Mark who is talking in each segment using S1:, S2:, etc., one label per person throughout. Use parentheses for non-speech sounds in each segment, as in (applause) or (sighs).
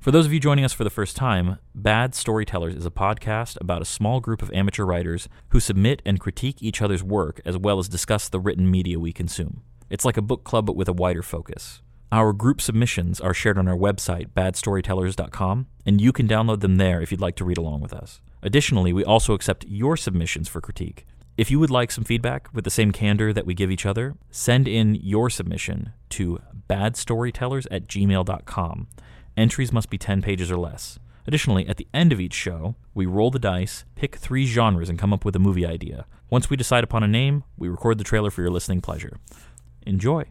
S1: For those of you joining us for the first time, Bad Storytellers is a podcast about a small group of amateur writers who submit and critique each other's work as well as discuss the written media we consume. It's like a book club but with a wider focus. Our group submissions are shared on our website, badstorytellers.com, and you can download them there if you'd like to read along with us. Additionally, we also accept your submissions for critique. If you would like some feedback with the same candor that we give each other, send in your submission to badstorytellers at gmail.com. Entries must be 10 pages or less. Additionally, at the end of each show, we roll the dice, pick three genres, and come up with a movie idea. Once we decide upon a name, we record the trailer for your listening pleasure. Enjoy.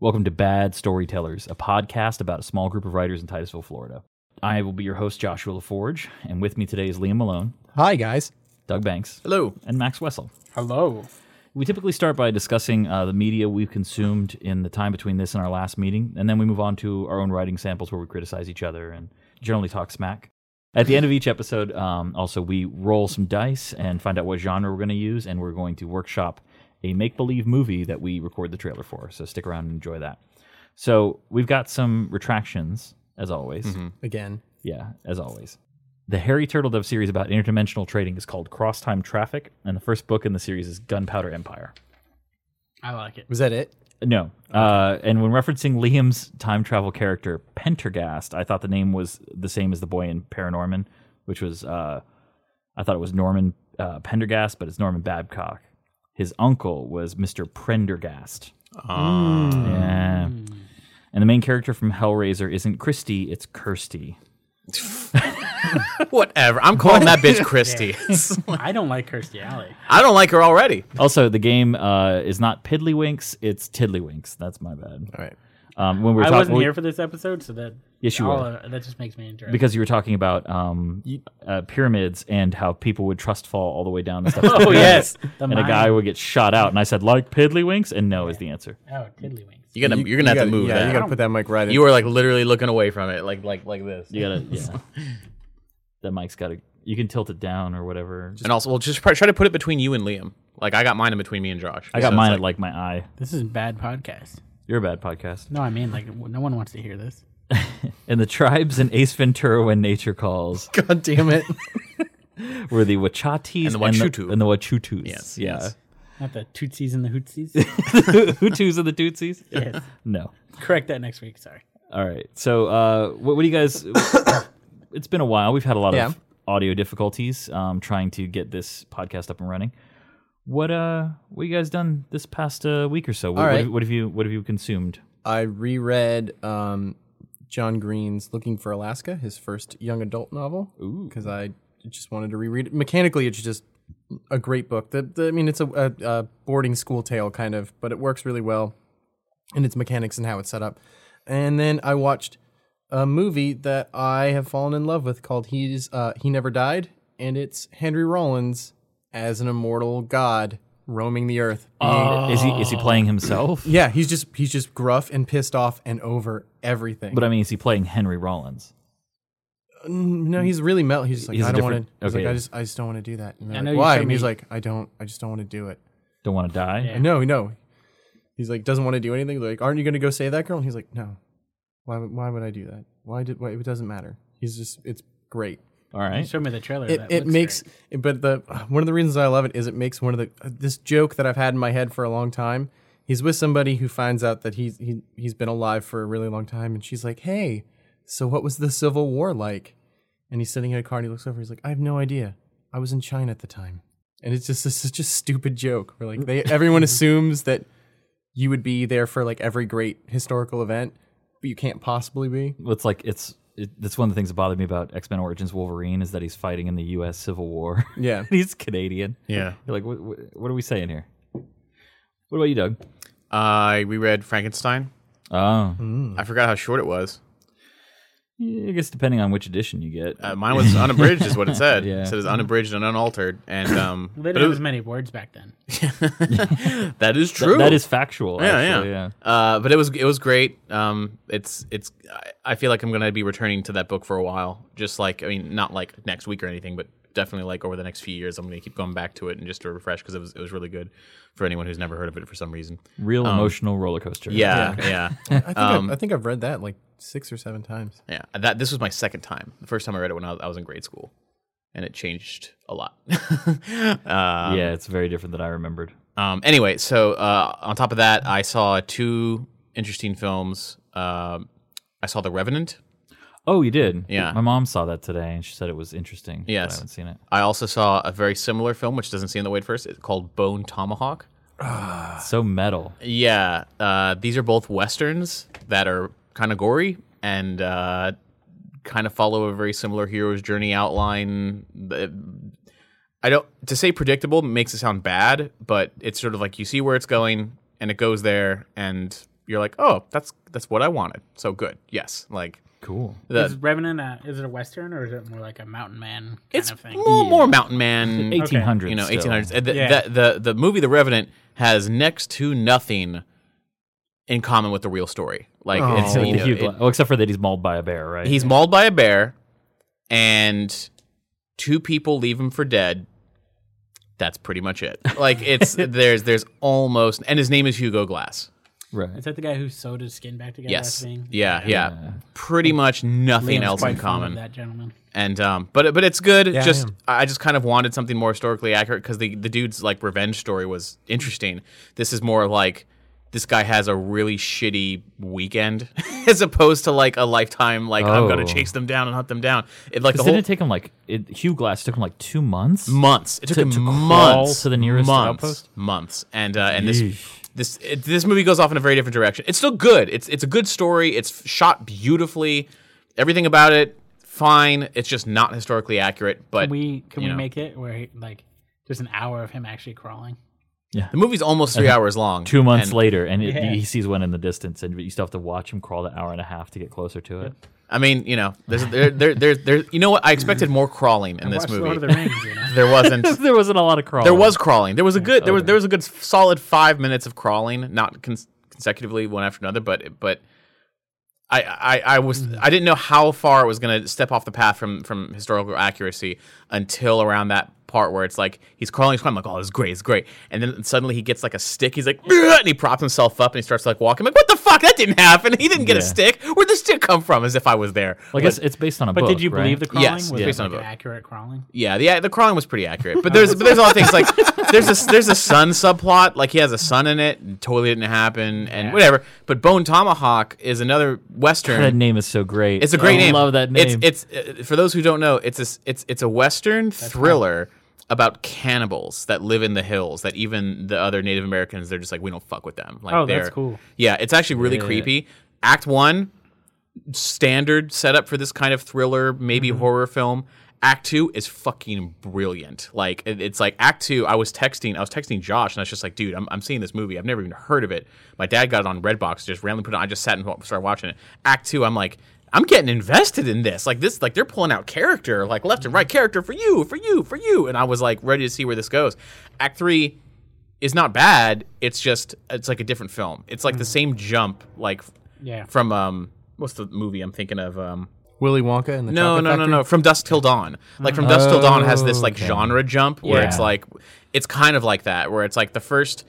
S1: Welcome to Bad Storytellers, a podcast about a small group of writers in Titusville, Florida. I will be your host, Joshua LaForge, and with me today is Liam Malone,
S2: Hi, guys.
S1: Doug Banks,
S3: Hello.
S1: and Max Wessel.
S2: Hello.
S1: We typically start by discussing uh, the media we've consumed in the time between this and our last meeting, and then we move on to our own writing samples where we criticize each other and generally talk smack. At the end of each episode, um, also, we roll some dice and find out what genre we're going to use, and we're going to workshop a make believe movie that we record the trailer for. So stick around and enjoy that. So we've got some retractions, as always.
S2: Again.
S1: Yeah, as always. The Harry Turtledove series about interdimensional trading is called Cross Time Traffic, and the first book in the series is Gunpowder Empire.
S3: I like it.
S2: Was that it?
S1: No. Uh, and when referencing Liam's time travel character, Pentergast, I thought the name was the same as the boy in Paranorman, which was, uh, I thought it was Norman uh, Pendergast, but it's Norman Babcock. His uncle was Mr. Prendergast. Yeah. And the main character from Hellraiser isn't Christy, it's Kirsty.
S3: Whatever. I'm calling that bitch Christy.
S4: (laughs)
S3: (laughs)
S4: I don't like Kirstie Alley.
S3: I don't like her already.
S1: Also, the game uh, is not Piddlywinks, it's Tiddlywinks. That's my bad.
S2: All right.
S1: Um, when we were
S4: I
S1: talking,
S4: wasn't
S1: well,
S4: here for this episode, so that
S1: Yes, you
S4: all
S1: were.
S4: of- that just makes me interested.
S1: because you were talking about um, uh, pyramids and how people would trust fall all the way
S3: (laughs)
S1: down and stuff.
S4: (laughs) oh yes, the
S1: and a guy would get shot out, and I said, "Like Piddlywinks," and no is the answer.
S4: Oh, tiddlywinks.
S3: You're gonna you, are gonna have
S2: gotta,
S3: to move
S2: Yeah,
S3: that.
S2: you gotta put that mic right in.
S3: You were like literally looking away from it, like like like this.
S1: You
S3: (laughs)
S1: gotta, yeah. that mic's got to. You can tilt it down or whatever. Just,
S3: And also, well, just pr- try to put it between you and Liam. Like I got mine in between me and Josh.
S1: I got
S3: So it's
S1: mine at
S3: Like,
S1: like my eye.
S4: This is a bad podcast.
S1: You're a bad podcast.
S4: No, I mean like w- no one wants to hear this.
S1: And the tribes in Ace Ventura when nature calls
S2: God damn it.
S1: were the Wachatis
S3: And the Wachutu.
S1: and the Wachutus.
S3: Yes,
S1: yeah.
S3: yes.
S4: Not the tootsies and the hootsies.
S1: (laughs) Hutus and the Tutsis.
S4: yes,
S1: No.
S4: correct that next week. Sorry.
S1: All right. So, uh, what, what do you
S2: (coughs)
S1: guys? it's been a while. We've had a lot
S2: Yeah.
S1: of audio difficulties um, trying to get this podcast up and running. What uh, what you guys done this past uh, week or so? What,
S2: All
S1: what
S2: right.
S1: have- what have you What have you consumed?
S2: I reread um, John Green's Looking for Alaska, his first young adult novel, because I just wanted to reread it. Mechanically, it's just a great book. The, the, I mean, it's a, a, a boarding school tale, kind of, but it works really well in its mechanics and how it's set up. And then I watched a movie that I have fallen in love with called He's uh, He Never Died, and it's Henry Rollins as an immortal god roaming the earth,
S1: Oh,
S2: being
S1: Is he Is he playing himself?
S2: Uh, yeah, he's just he's just gruff and pissed off and over everything.
S1: But I mean, is he playing Henry Rollins?
S2: no, he's really mel. He's just like
S1: He's a
S2: I don't want
S1: different-
S2: to. He's
S1: okay.
S2: like I just I just don't want to do that. And
S4: I
S2: they're like,
S4: know you
S2: why?
S4: showed
S2: And he's
S4: me-
S2: like I don't. I just don't want to do it.
S1: Don't want to die.
S4: Yeah.
S2: No, no. He's like doesn't want to do anything. They're like aren't you going to go save that girl? And he's like no. Why? would- Why would I do that? Why did? Why, it doesn't matter. He's just it's great.
S1: All
S4: You
S1: right.
S4: showed me the trailer.
S2: It,
S4: that
S2: it
S4: looks
S2: makes,
S4: great.
S2: but the one of the reasons I love it is it makes one of the this joke that I've had in my head for a long time. He's with somebody who finds out that he's he, he's been alive for a really long time, and she's like, "Hey, so what was the Civil War like?" And he's sitting in a car, and he looks over, he's like, "I have no idea. I was in China at the time." and it's just it's such a stupid joke. Where like
S4: (laughs)
S2: they everyone assumes that you would be there for like every great historical event, but you can't possibly be.
S1: It's like it's it, that's one of the things that bothered me about X Men Origins Wolverine is that he's fighting in the U.S. Civil War.
S2: Yeah.
S1: (laughs) he's Canadian.
S3: (laughs) Yeah.
S1: You're like, what, what, what are we saying here? What about you, Doug?
S3: I reread Uh, Frankenstein.
S1: Oh,
S3: I forgot how short it was.
S1: Yeah, I guess depending on which edition you get.
S3: Uh, mine was unabridged, is what it said.
S1: Yeah.
S3: It said it's unabridged and unaltered, and um,
S4: They
S3: but
S4: didn't
S3: it
S4: have
S3: was-
S4: as many words back then.
S3: (laughs) that is
S1: Th-
S3: true.
S1: that is factual.
S3: yeah,
S1: actually,
S3: yeah. Uh, but it was it was great. Um, it's it's. I- I feel like I'm gonna be returning to that book for a while. Just like I mean, not like next week or anything, but definitely like over the next few years, I'm gonna keep going back to it and just to refresh because it was it was really good for anyone who's never heard of it for some reason.
S1: Real emotional roller coaster.
S3: Um, Yeah, yeah, (laughs) yeah.
S2: I think
S4: Um,
S2: I've, I think I've read that like six or seven times.
S3: That this was my second time. The first time I read it when I was, I was in grade school, and it changed a lot. (laughs) uh,
S1: yeah, it's very different than I remembered.
S3: Um, anyway, so uh, on top of that, I saw two interesting films. Um I saw The Revenant.
S1: Oh, you did.
S3: Yeah.
S1: my mom saw that today, and she said it was interesting. but
S3: Yes.
S1: I haven't seen it.
S3: I also saw a very similar film, which doesn't seem the way at first. It's called Bone Tomahawk.
S1: It's so metal.
S3: Yeah, uh, these are both westerns that are kind of gory and uh, kind of follow a very similar hero's journey outline. The- I don't to say predictable makes it sound bad, but it's sort of like you see where it's going and it goes there, and you're like, oh, that's that's what I wanted. So good, yes, like
S1: (sighs) (laughs) Cool.
S3: the,
S4: Is Revenant a, is it a western or is it more like a mountain man kind
S3: it's
S4: of thing?
S3: more, more Mountain
S1: (laughs)
S3: Man.
S1: Eighteen hundreds.
S3: you know,
S1: still.
S3: eighteen hundreds. Uh, The,
S4: Yeah.
S3: the, the the movie The Revenant has next to nothing in common with the real story. Like it's
S1: Except,
S3: you
S1: with
S3: know,
S1: the Hugh
S3: it-
S1: Gla- oh, except for that he's mauled by a bear, right?
S3: he's mauled by a bear, and two people leave him for dead. That's pretty much it. Like
S4: (laughs)
S3: it's there's there's almost and his name is Hugo Glass.
S1: right.
S4: Is that the guy who sewed his skin back together?
S3: Yes.
S4: I think?
S3: Yeah, yeah. Pretty much nothing
S4: Liam's
S3: else
S4: quite
S3: in
S4: fond of
S3: common.
S4: That gentleman.
S3: and um, but but it's good.
S2: I
S3: just
S2: am.
S3: I, I just kind of wanted something more historically accurate because the the dude's like revenge story was interesting. This is more like this guy has a really shitty weekend (laughs) as opposed to like a lifetime like I'm
S1: Oh.
S3: gonna chase them down and hunt them down. It like the
S1: Because
S3: whole
S1: didn't it take him like it, Hugh Glass took him like two months?
S3: months. It took
S1: to-
S3: him
S1: to crawl
S3: months
S1: to the nearest
S3: months,
S1: outpost?
S3: Months and uh, and this this it, this movie goes off in a very different direction. It's still good. It's it's a good story. It's shot beautifully. Everything about it fine. It's just not historically accurate. But
S4: Can we can
S3: you
S4: we
S3: know.
S4: make it where he, like there's an hour of him actually
S3: (laughs)
S4: crawling?
S3: the movie's almost three hours long.
S1: Uh-huh. two months
S3: and,
S1: later, and it,
S4: Yeah.
S1: he sees one in the distance, and you still have to watch him crawl the hour and a half to get closer to it.
S3: I mean, you know, there's there there there, there you know what? I expected more crawling in this
S4: Watch
S3: movie.
S4: Lord of the Rings, you know.
S3: there wasn't.
S1: (laughs) there wasn't a lot of crawling.
S3: There was crawling. There was a good. There was there was a good solid five minutes of crawling, not cons- consecutively one after another, but but I, I I was
S1: Mm-hmm.
S3: I didn't know how far it was gonna step off the path from from historical accuracy until around that part where it's like he's crawling, he's crawling, I'm like, oh, this is great, it's great, and then suddenly he gets like a stick, he's like, (laughs) "Ugh," and he props himself up and he starts like walking, I'm like, what the fuck, that didn't happen, he didn't get a
S1: Yeah.
S3: stick, where'd the stick come from? As if I was there.
S1: Like it's, it's based on a
S4: But
S1: book.
S4: did you
S1: right?
S4: believe the crawling?
S3: Yes,
S4: was
S3: yeah.
S4: it
S3: based on
S4: like
S3: a book.
S4: accurate crawling?
S3: Yeah, the the crawling was pretty
S1: (laughs)
S3: accurate, but there's but there's a lot of things like there's a there's a sun subplot, like he has a son in it, and totally didn't happen, and whatever. But Bone Tomahawk is another western.
S1: That name is so great.
S3: It's a great
S1: I
S3: name.
S1: Love that name.
S3: It's it's uh, for those who don't know, it's a, s- it's it's a western thriller about cannibals that live in the hills. That even the other Native Americans, they're just like we don't fuck with them. Like
S4: Oh, that's
S3: they're-
S4: cool.
S3: Yeah, it's actually really
S1: Yeah.
S3: creepy. Act one, standard setup for this kind of thriller, maybe horror film. Act two is fucking brilliant. Like it- it's like Act two. I was texting, I was texting Josh, and I was just like, dude, I'm, I'm seeing this movie. I've never even heard of it. My dad got it on Redbox, just randomly put it. on. I just sat and wa- started watching it. Act two, I'm like. I'm getting invested in this. Like this, like they're pulling out character, like left and right character for you, for you, for you. And I was like ready to see where this goes. Act three, is not bad. It's just it's like a different film. It's like the same jump, like
S4: Yeah.
S3: from um what's the movie I'm thinking of? Um
S2: Willy Wonka and the
S3: no,
S2: Chocolate
S3: no, no,
S2: Factory?
S3: no. From Dust Till Dawn. Like from Dust Till Dawn has this like genre jump where it's
S1: Yeah.
S3: like it's kind of like that where it's like the first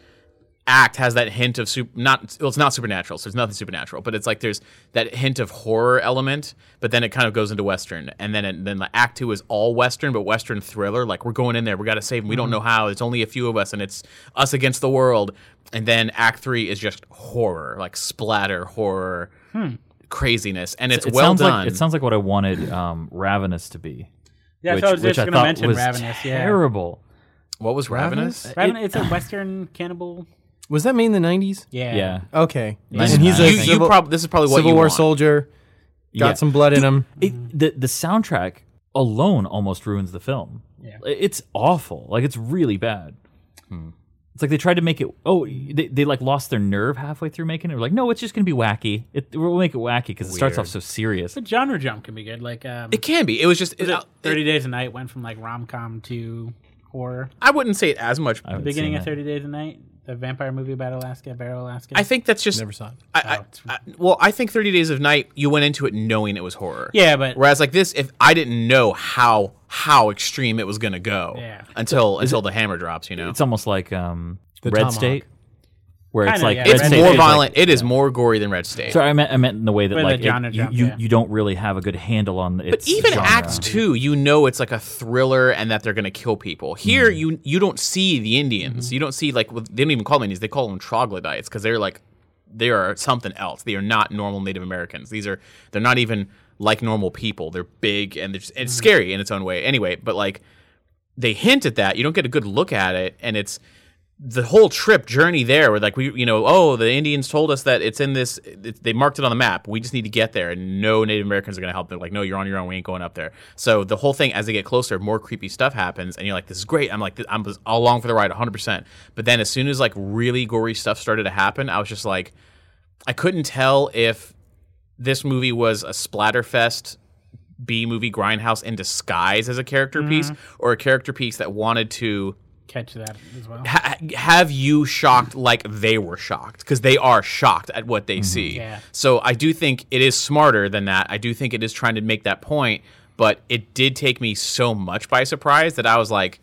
S3: act has that hint of super not well, it's not supernatural, so it's nothing supernatural, but it's like there's that hint of horror element, but then it kind of goes into western. And then it, then the act 2 is all western but western thriller, like we're going in there, we got to save them. We don't know how. It's only a few of us and it's us against the world. And then act 3 is just horror, like splatter horror. Craziness and it's
S1: it
S3: well
S1: sounds
S3: done.
S1: Like, it sounds like what I wanted um, Ravenous to be.
S4: Yeah,
S1: which,
S4: so I was
S1: which
S4: just
S1: I
S4: gonna
S1: thought
S4: mention
S1: was
S4: Ravenous, yeah.
S1: Terrible.
S3: What was Ravenous?
S2: Ravenous?
S4: Raven, it's a Western cannibal.
S2: Was that made in the nineties?
S4: Yeah.
S1: Yeah.
S2: Okay,
S1: Nice.
S2: and he's a
S3: You, you
S2: civil,
S3: prob- this is probably what
S2: Civil
S3: you
S2: War
S3: want.
S2: soldier. Got
S1: Yeah.
S2: some blood in him.
S1: It, the the soundtrack alone almost ruins the film.
S4: Yeah.
S1: I- It's awful. Like it's really bad.
S3: Hmm.
S1: It's like they tried to make it. Oh, they, they like lost their nerve halfway through making it. We're like, no, it's just gonna be wacky. It, we'll make it wacky because it starts off so serious.
S4: The genre jump can be good. Like um,
S3: It can be. It was just. It,
S4: was it
S3: it-
S4: Thirty Days a Night went from like rom com to horror.
S3: I wouldn't say it as much.
S1: I
S3: I,
S1: haven't
S4: Beginning
S1: seen
S4: of
S1: that.
S4: Thirty Days a Night, the vampire movie about Alaska, Barrel Alaska.
S3: think that's just.
S2: Never saw it.
S3: I, I, I, well, I think Thirty Days of Night. You went into it knowing it was horror.
S4: yeah, but
S3: Whereas like this, if I didn't know how how extreme it was gonna go
S4: Yeah.
S3: until until the hammer drops, you know,
S1: It's almost like um, Red
S2: Tomahawk.
S1: State, where it's
S4: Kinda,
S1: like
S4: yeah,
S1: Red
S3: it's
S1: State
S3: more
S1: is like-
S3: violent. it is more gory than Red State.
S1: Sorry, I meant I meant in the way that
S4: Where the
S1: like it-
S4: genre
S1: you
S4: jump,
S1: you,
S4: yeah.
S1: you don't really have a good handle on the.
S3: But even Act Two, you know it's like a thriller and that they're gonna kill people. Here, you you don't see the Indians. You don't see like well, they don't even call them Indians. They call them troglodytes because they're like they are something else. They are not normal Native Americans. These are they're not even like normal people. They're big and they're just, it's scary in its own way. Anyway, but like they hint at that. You don't get a good look at it, and it's the whole trip journey there where like we you know oh the indians told us that it's in this it, they marked it on the map we just need to get there and no native americans are going to help they're like no you're on your own we ain't going up there so the whole thing as they get closer more creepy stuff happens and you're like this is great i'm like th- i'm all along for the ride 100% but then as soon as like really gory stuff started to happen i was just like i couldn't tell if this movie was a splatterfest b movie grindhouse in disguise as a character piece or a character piece that wanted to
S4: catch that as well.
S3: ha- have you shocked like they were shocked because they are shocked at what
S4: Mm-hmm.
S3: they see.
S4: Yeah.
S3: So I do think it is smarter than that. I do think it is trying to make that point, but it did take me so much by surprise that I was like,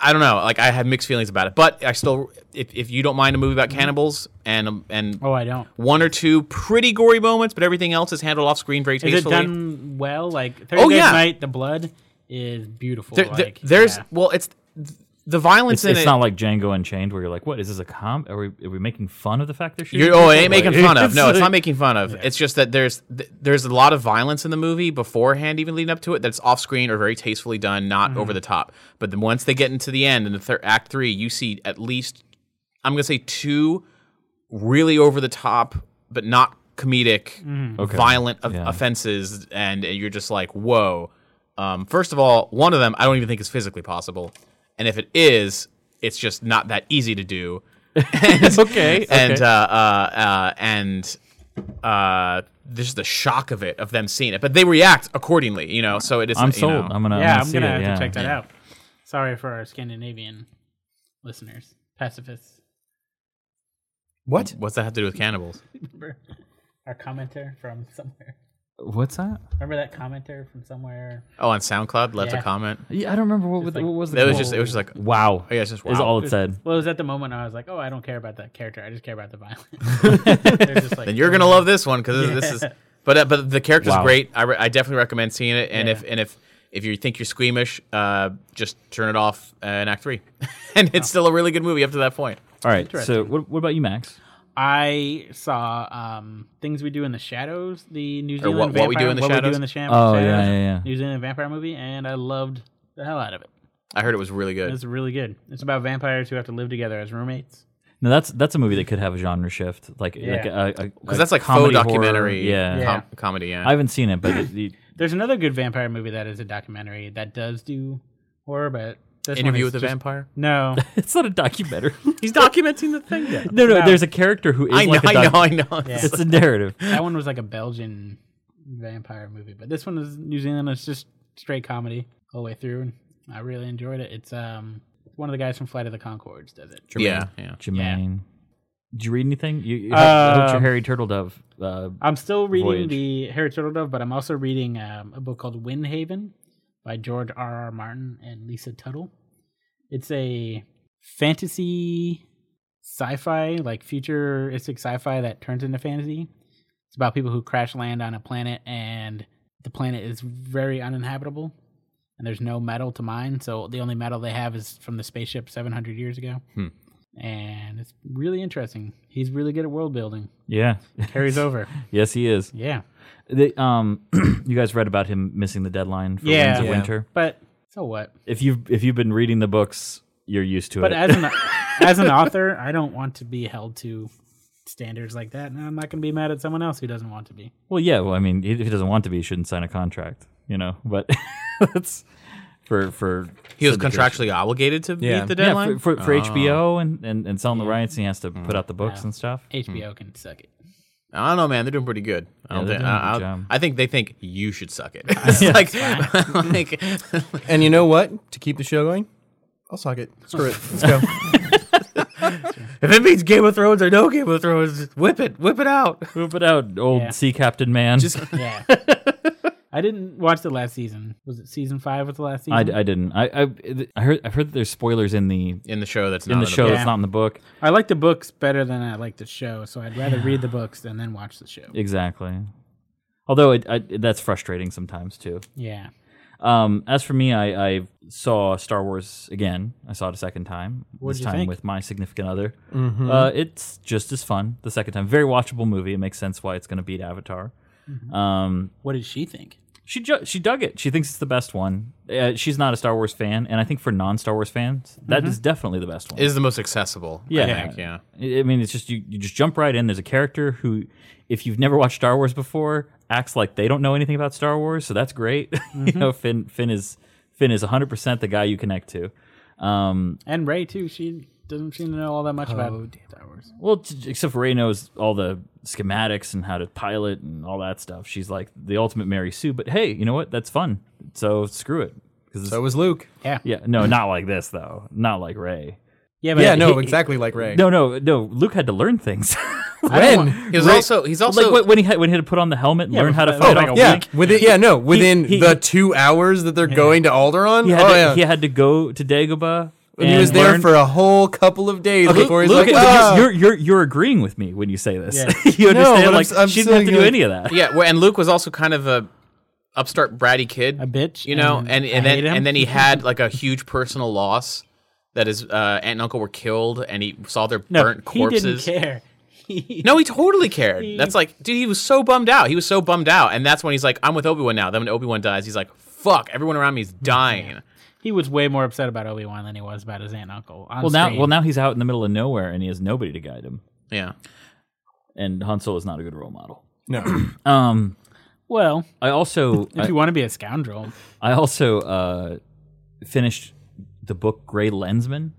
S3: I don't know, like I had mixed feelings about it. But I still, if, if you don't mind a movie about cannibals and um, and
S4: Mm-hmm. Oh, I don't.
S3: one or two pretty gory moments, but everything else is handled off screen very
S4: Is
S3: tastefully.
S4: it done well? Like Thirty
S3: Oh,
S4: Days
S3: yeah.
S4: a Night, the blood is beautiful.
S3: There- there-
S4: like,
S3: there's
S4: yeah.
S3: well, it's the violence
S1: It's,
S3: in
S1: it's
S3: it.
S1: not like Django Unchained where you're like, what is this a comp? Are we are we making fun of the fact they're shooting?
S3: You're, oh, it ain't
S1: people?
S3: making
S1: Like,
S3: fun of. (laughs) No, it's not
S1: like-
S3: making fun of. It's just that there's th- there's a lot of violence in the movie beforehand, even leading up to it. That's off screen or very tastefully done, not over the top. But then once they get into the end in the thir- act three, you see at least I'm gonna say two really over the top, but not comedic, violent of- offenses, and you're just like, whoa. Um, first of all, one of them I don't even think is physically possible, and if it is, it's just not that easy to do. (laughs) okay. (laughs) And Uh, uh, uh, and uh, just the shock of it of them seeing it, but they react accordingly, you know. So it is.
S1: I'm
S3: you
S1: sold.
S3: know.
S1: I'm gonna. I'm
S4: yeah,
S1: gonna,
S4: I'm
S1: see
S4: gonna
S1: it,
S4: have
S1: yeah.
S4: to check that out. Sorry for our Scandinavian listeners, pacifists.
S2: What?
S3: What's that have to do with cannibals?
S4: Remember our commenter from (laughs) somewhere.
S1: What's that?
S4: Remember that commenter from somewhere?
S3: Oh, on SoundCloud, left
S4: Yeah.
S3: a comment.
S1: Yeah, I don't remember what, was
S4: like-
S1: what was the.
S3: That was
S1: quote.
S3: just. It was just like.
S1: wow.
S3: I guess just wow.
S1: Is all it said.
S4: Well, it was at the moment I was like, "Oh, I don't care about that character. I just care about the violence." They're just like,
S3: (laughs) then you're gonna love this one because this is. (laughs) But uh, but the character's
S1: Wow.
S3: great. I, re- I definitely recommend seeing it. And if and if if you think you're squeamish, uh, just turn it off uh, in Act Three, (laughs) and it's still a really good movie up to that point.
S1: All right. So what, what about you, Max?
S4: I saw um, things we do in the shadows, the New Zealand
S3: What-
S4: vampire,
S3: What We Do in the Shadows?
S4: Sham-
S1: Oh,
S4: shadows,
S1: yeah, yeah, yeah.
S4: New Zealand vampire movie, and I loved the hell out of it.
S3: I heard it was really good.
S4: It's really good. It's about vampires who have to live together as roommates.
S1: Now that's that's a movie that could have a genre shift, like like a- a
S3: Because that's like faux
S1: comedy horror.
S3: documentary,
S1: Yeah.
S3: com- comedy. Yeah,
S1: I haven't seen it, but it,
S3: (laughs)
S1: it-
S4: There's another good vampire movie that is a documentary that does do horror, but this one
S3: interview
S4: is
S3: with a
S4: just-
S3: vampire. (laughs)
S4: No,
S1: it's not a documentary.
S3: He's documenting the thing.
S1: no, no.
S4: about-
S1: There's a character who is
S3: I know,
S1: like a
S3: I
S1: doc-
S3: know, I know.
S4: (laughs) Yeah.
S1: It's a narrative.
S4: that one was like a Belgian vampire movie, but this one is New Zealand. It's just straight comedy all the way through, and I really enjoyed it. It's um one of the guys from Flight of the Concords does it.
S3: Yeah, yeah.
S1: Jermaine. Did you read anything? You, you I hope your
S4: Um,
S1: Harry Turtle Dove. Uh,
S4: I'm still reading
S1: Voyage.
S4: the Harry Turtle Dove, but I'm also reading um, a book called Windhaven by George R. R. Martin and Lisa Tuttle. It's a fantasy sci-fi, like futuristic sci-fi that turns into fantasy. It's about people who crash land on a planet and the planet is very uninhabitable and there's no metal to mine, so the only metal they have is from the spaceship 700 years ago. And it's really interesting. He's really good at world building.
S1: yeah.
S4: Carries over.
S1: (laughs) yes, he is.
S4: Yeah.
S1: They, um, (clears throat) you guys read about him missing the deadline for
S4: Yeah.
S1: Winds of
S4: Yeah.
S1: Winter.
S4: But so what?
S1: If you've if you've been reading the books you're used to
S4: But
S1: it.
S4: as
S3: (laughs)
S4: an as an author, I don't want to be held to standards like that, and I'm not going to be mad at someone else who doesn't want to be.
S1: well, yeah. Well, I mean, if he doesn't want to be, he shouldn't sign a contract. You know, but (laughs) that's for for
S3: He was
S1: syndication.
S3: contractually obligated to
S2: Yeah.
S3: meet the
S1: Yeah,
S3: deadline. Ah.
S1: for, for, for HBO and and, and selling the rights, and he has to put out the books and stuff.
S4: HBO can suck it.
S3: I don't know, man. They're doing pretty good. I
S1: Yeah,
S3: don't
S1: they're
S3: think.
S1: doing a good
S3: I, I,
S1: job.
S3: I think they think you should
S1: (laughs)
S3: suck it. It's (laughs) like, (laughs) like,
S2: (laughs) And you know what? To keep the show going, I'll suck it. Screw it.
S3: (laughs)
S2: Let's go.
S3: if it means Game of Thrones or no Game of Thrones, whip it, whip it out.
S1: (laughs) Move it out, old
S4: Yeah.
S1: sea captain man.
S2: Just
S4: Yeah. I didn't watch the last season. Was it season five was the last
S1: I,
S4: season?
S1: I didn't. I, I I heard I've heard that there's spoilers in the
S3: In the show, that's not
S1: in the show.
S3: book.
S1: It's not in the book.
S4: I like the books better than I like the show, so I'd rather read the books than then watch the show.
S1: Exactly. Although it, I, that's frustrating sometimes too.
S4: Yeah.
S1: Um, as for me, I, I saw Star Wars again. I saw it a second time.
S4: What'd
S1: this
S4: you
S1: time
S4: think?
S1: with my significant other. Uh, it's just as fun the second time. Very watchable movie. It makes sense why it's going to beat Avatar. Um,
S4: What did she think?
S1: she ju- she dug it. She thinks it's the best one. Uh, she's not a Star Wars fan, and I think for non Star Wars fans, that is definitely the best one.
S3: It is the most accessible. Yeah, I think, yeah.
S1: I I mean, it's just you, you just jump right in. There's a character who, if you've never watched Star Wars before, acts like they don't know anything about Star Wars, so that's great. (laughs) you know, Finn Finn is Finn is 100 percent the guy you connect to. Um,
S4: And Ray too. She doesn't seem to know all that much about Star Wars.
S1: well, t- except for Ray knows all the schematics and how to pilot and all that stuff. She's like the ultimate Mary Sue. But hey, you know what? That's fun. So screw it. 'Cause it's-
S2: so was Luke.
S1: yeah, no, not like this though. Not like Ray.
S4: Yeah, but
S2: Yeah, no, exactly like Ray.
S1: No, no, no. Luke had to learn things. (laughs)
S2: when?
S3: He was also he's also
S1: like when he had when he had to put on the helmet and learn how to
S4: but-
S1: fight
S4: Oh,
S1: off
S2: Yeah, within yeah no within
S1: he-
S2: the two hours that they're going to Alderaan.
S1: He had,
S2: oh
S1: to,
S2: yeah,
S1: he had to go to Dagobah.
S2: and he was there
S1: learn-
S2: for a whole couple of days
S1: Okay,
S2: before he's
S1: Luke,
S2: like,
S1: look,
S2: "Ah."
S1: you're, you're, you're agreeing with me when you say this.
S4: Yeah.
S1: (laughs) you
S2: No,
S1: understand?
S2: but I'm
S1: like,
S2: s- I'm
S1: she didn't have to
S2: saying,
S1: do
S2: like-
S1: any of that.
S3: yeah, well, and Luke was also kind of a upstart bratty kid,
S4: A bitch,
S3: you know,
S4: and
S3: and and,
S4: I hate
S3: then
S4: him. (laughs)
S3: and then he had like a huge personal loss that his uh, aunt and uncle were killed, and he saw their
S4: no,
S3: burnt
S4: he didn't (laughs)
S3: corpses.
S4: care.
S3: No, he totally cared. That's like, dude, he was so bummed out. He was so bummed out, and that's when he's like, "I'm with Obi Wan now." Then when Obi Wan dies, he's like, "Fuck, everyone around me is dying."
S4: He was way more upset about Obi Wan than he was about his aunt and uncle. on
S1: Well, now
S4: screen.
S1: well now he's out in the middle of nowhere and he has nobody to guide him.
S3: Yeah,
S1: And Han Solo is not a good role model.
S2: no,
S1: (clears throat) Um,
S4: well,
S1: I also
S4: if you want to be a scoundrel,
S1: I also uh, finished the book Gray Lensman,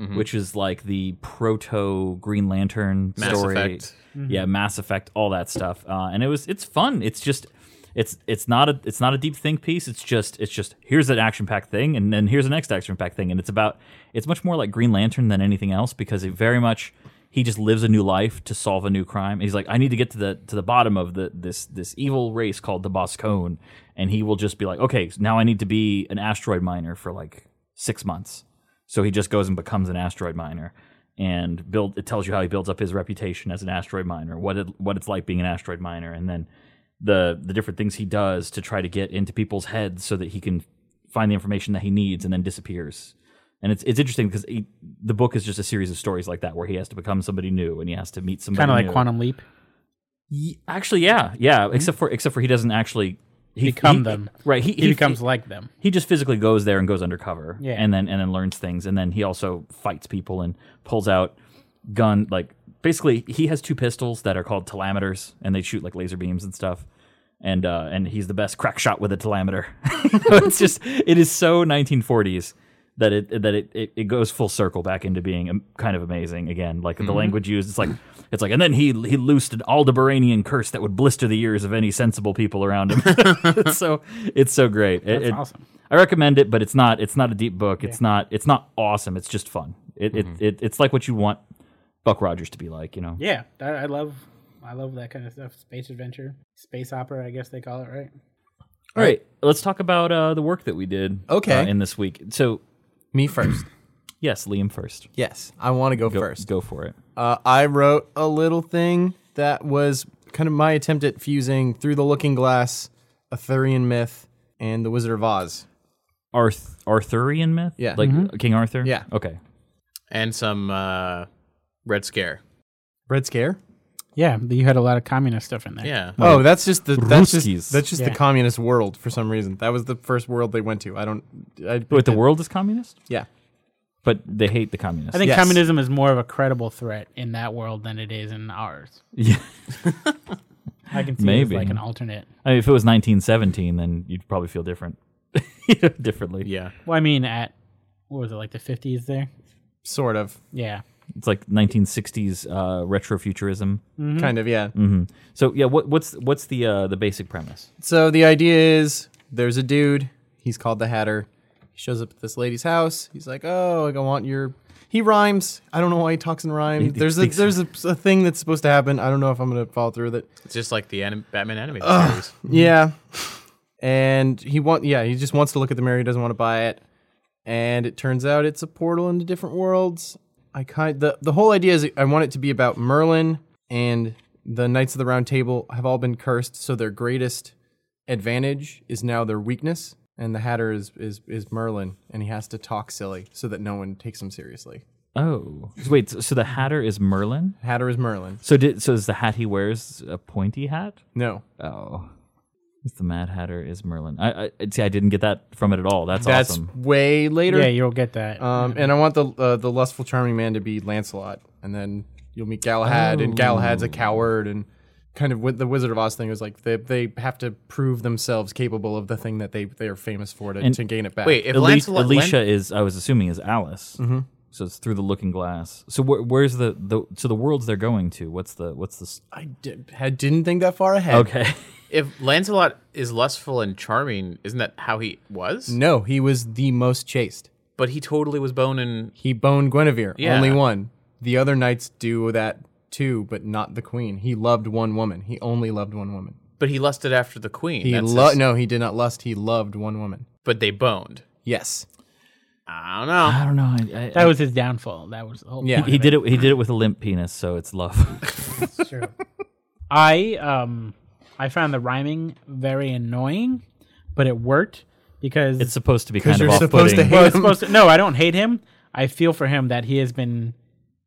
S3: Mm-hmm.
S1: which is like the proto Green Lantern
S3: Mass
S1: story.
S3: Effect.
S1: Yeah, Mass Effect, all that stuff. Uh, and it was it's fun. It's just it's it's not a it's not a deep think piece. It's just it's just here's an action packed thing, and then here's the next action packed thing, and it's about it's much more like Green Lantern than anything else because it very much. He just lives a new life to solve a new crime. He's like, I need to get to the to the bottom of the this this evil race called the Boscone, and he will just be like, okay, now I need to be an asteroid miner for like six months. So he just goes and becomes an asteroid miner and build it tells you how he builds up his reputation as an asteroid miner, what it, what it's like being an asteroid miner and then the the different things he does to try to get into people's heads so that he can find the information that he needs and then disappears. And it's it's interesting because he, the book is just a series of stories like that where he has to become somebody new and he has to meet somebody
S4: kind of like
S1: new.
S4: Quantum Leap,
S1: Ye- Actually, yeah. Yeah, except for except for he doesn't actually he,
S4: Become
S1: he-
S4: them.
S1: Right,
S4: he, becomes like them.
S1: he just physically goes there and goes undercover
S4: Yeah.
S1: and then and then learns things and then he also fights people and pulls out gun like basically he has two pistols that are called telemeters and they shoot like laser beams and stuff and uh and he's the best crack shot with a telemeter (laughs) it's just it is so 1940s that it that it, it, it goes full circle back into being um, kind of amazing again like the language used it's like it's like and then he he loosed an aldebaranian curse that would blister the ears of any sensible people around him (laughs) It's so it's so great It-
S4: That's
S1: it-
S4: awesome.
S1: I recommend it, but it's not it's not a deep book. It's not it's not awesome. It's just fun. It,
S2: Mm-hmm.
S1: it, it it's like what you want Buck Rogers to be like, you know.
S4: Yeah, I, I love, I love that kind of stuff. Space adventure, space opera, I guess they call it, right?
S1: All right, let's talk about uh, the work that we did.
S2: Okay.
S1: uh, in this week. So
S2: me first.
S1: yes, Liam first.
S2: Yes, I want to go,
S1: Go,
S2: first.
S1: go for it.
S2: Uh, I wrote a little thing that was kind of my attempt at fusing through the Looking Glass, Arthurian myth, and the Wizard of Oz.
S1: Arth- Arthurian myth.
S2: Yeah.
S1: like
S4: Mm-hmm.
S1: King Arthur.
S2: Yeah.
S1: Okay.
S3: and some uh, Red Scare.
S2: Red Scare.
S4: Yeah, you had a lot of communist stuff in there.
S3: Yeah,
S2: Oh, that's just the that's
S1: Ruskies.
S2: just, that's just
S4: Yeah.
S2: the communist world for some reason. That was the first world they went to. I don't. I
S1: Wait, the world is communist.
S2: Yeah.
S1: But they hate the communists.
S4: I think
S2: Yes.
S4: communism is more of a credible threat in that world than it is in ours.
S1: Yeah.
S4: (laughs) I can see
S1: Maybe.
S4: it as like an alternate.
S1: I mean, if it was 1917, then you'd probably feel different, (laughs) You know, differently.
S3: Yeah.
S4: Well, I mean, at what was it like the fifties there?
S2: Sort of,
S4: Yeah,
S1: It's like 1960s uh, retrofuturism.
S2: kind of, yeah.
S1: So yeah, what, what's what's the uh, the basic premise?
S2: So the idea is there's a dude. He's called the Hatter. He shows up at this lady's house. He's like, "Oh, like, I want your." He rhymes. I don't know why he talks in rhyme. There's a there's a, a thing that's supposed to happen. I don't know if I'm gonna follow through with it.
S3: It's just like the anim- Batman animated series.
S2: Yeah. And he want yeah, he just wants to look at the mirror, he doesn't want to buy it. And it turns out it's a portal into different worlds. I kind the the whole idea is I want it to be about Merlin and the Knights of the Round Table have all been cursed, so their greatest advantage is now their weakness. And the Hatter is, is is Merlin, and he has to talk silly so that no one takes him seriously.
S1: Oh, so wait. So the Hatter is Merlin.
S2: Hatter is Merlin.
S1: So did so is the hat he wears a pointy hat?
S2: No,
S1: Oh, It's the Mad Hatter is Merlin. I, I see. I didn't get that from it at all. That's,
S2: that's
S1: awesome.
S2: way later.
S4: yeah, you'll get that.
S2: Um, and I want the uh, the lustful, charming man to be Lancelot, and then you'll meet Galahad, and Galahad's a coward, and kind of with the Wizard of Oz thing is like they they have to prove themselves capable of the thing that they they are famous for to,
S1: And-
S2: to gain it back.
S3: Wait, if
S1: Eli-
S3: Lancelot,
S1: Alicia
S3: Lan-
S1: is. I was assuming is Alice. So it's through the Looking Glass. So wh- where's the, the so the worlds they're going to? What's the what's the s-
S2: I did, had, didn't think that far ahead.
S1: okay?
S3: if Lancelot is lustful and charming, isn't that how he was?
S2: No, he was the most chaste.
S3: But he totally was bone and
S2: He boned Guinevere,
S3: Yeah.
S2: only one. The other knights do that too, but not the queen. He loved one woman. He only loved one woman.
S3: but he lusted after the queen.
S2: He
S3: That's
S2: lo-
S3: his-
S2: no, he did not lust. He loved one woman.
S3: But they boned.
S2: Yes.
S3: I don't
S2: (sighs)
S1: (laughs)
S3: know.
S1: I don't know. I, I,
S4: that was his downfall. That was the whole
S2: Yeah.
S4: yeah.
S1: he, he did it. He did it with a limp penis, so it's love. (laughs)
S4: True. (laughs) I um I found the rhyming very annoying, but it worked because
S1: it's supposed to be kind of
S2: you're
S1: off
S2: supposed to
S1: putting.
S4: (laughs)
S2: hate-
S4: well, it's supposed to. No, I don't hate him. I feel for him that he has been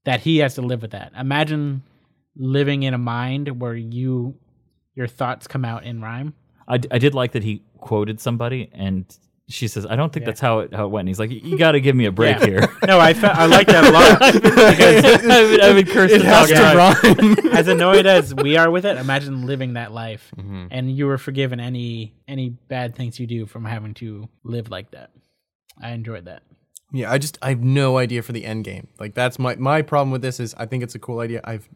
S4: that he has to live with that. Imagine living in a mind where you your thoughts come out in rhyme.
S1: I, d- I did like that he quoted somebody, and she says, "I don't think that's how it how it went." And he's like, "You got to give me a break
S2: (laughs)
S4: Yeah.
S1: here."
S4: No, I fe- I like that a
S1: (laughs)
S4: lot.
S1: I've been, I've been cursed
S2: It
S1: the
S2: has
S1: dog
S2: to
S1: out.
S4: (laughs)
S2: rhyme.
S4: as annoyed as we are with it, imagine living that life
S2: Mm-hmm.
S4: and you were forgiven any any bad things you do from having to live like that. I enjoyed that.
S2: Yeah, I just I have no idea for the end game. Like that's my my problem with this is I think it's a cool idea. I've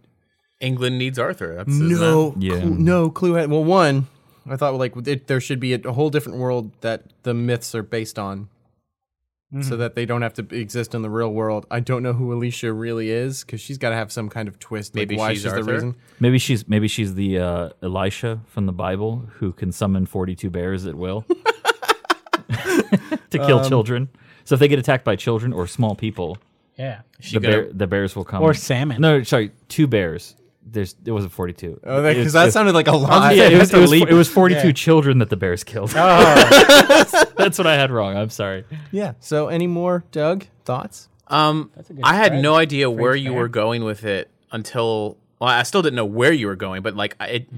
S3: England needs Arthur. That's isn't that-
S2: no
S1: Yeah.
S2: clue, no clue. how- Well, one I thought like it, there should be a, whole different world that the myths are based on,
S1: Mm-hmm.
S2: so that they don't have to exist in the real world. I don't know who Alicia really is because she's got to have some kind of twist.
S3: Maybe
S2: like why
S3: she's
S2: she's, the
S3: Arthur?
S2: reason.
S1: Maybe she's maybe she's the uh, Elisha from the Bible who can summon forty two bears at will (laughs) to
S2: Um,
S1: kill children. So if they get attacked by children or small people,
S4: Yeah.
S1: the,
S3: gonna-
S1: bear, the bears will come.
S4: Or salmon.
S1: No, sorry, two bears. There's it wasn't forty two.
S2: Oh, because that sounded like a
S1: (laughs)
S2: lot.
S1: yeah, it
S2: (laughs)
S1: was, it was,
S2: yeah.
S1: it was 42 children that the bears killed.
S2: Oh.
S1: (laughs) That's what I had wrong. I'm sorry.
S2: So any more, Doug? Thoughts?
S3: Um, I had no idea where you were going with it until well, I still didn't know where you were going, but like I- it,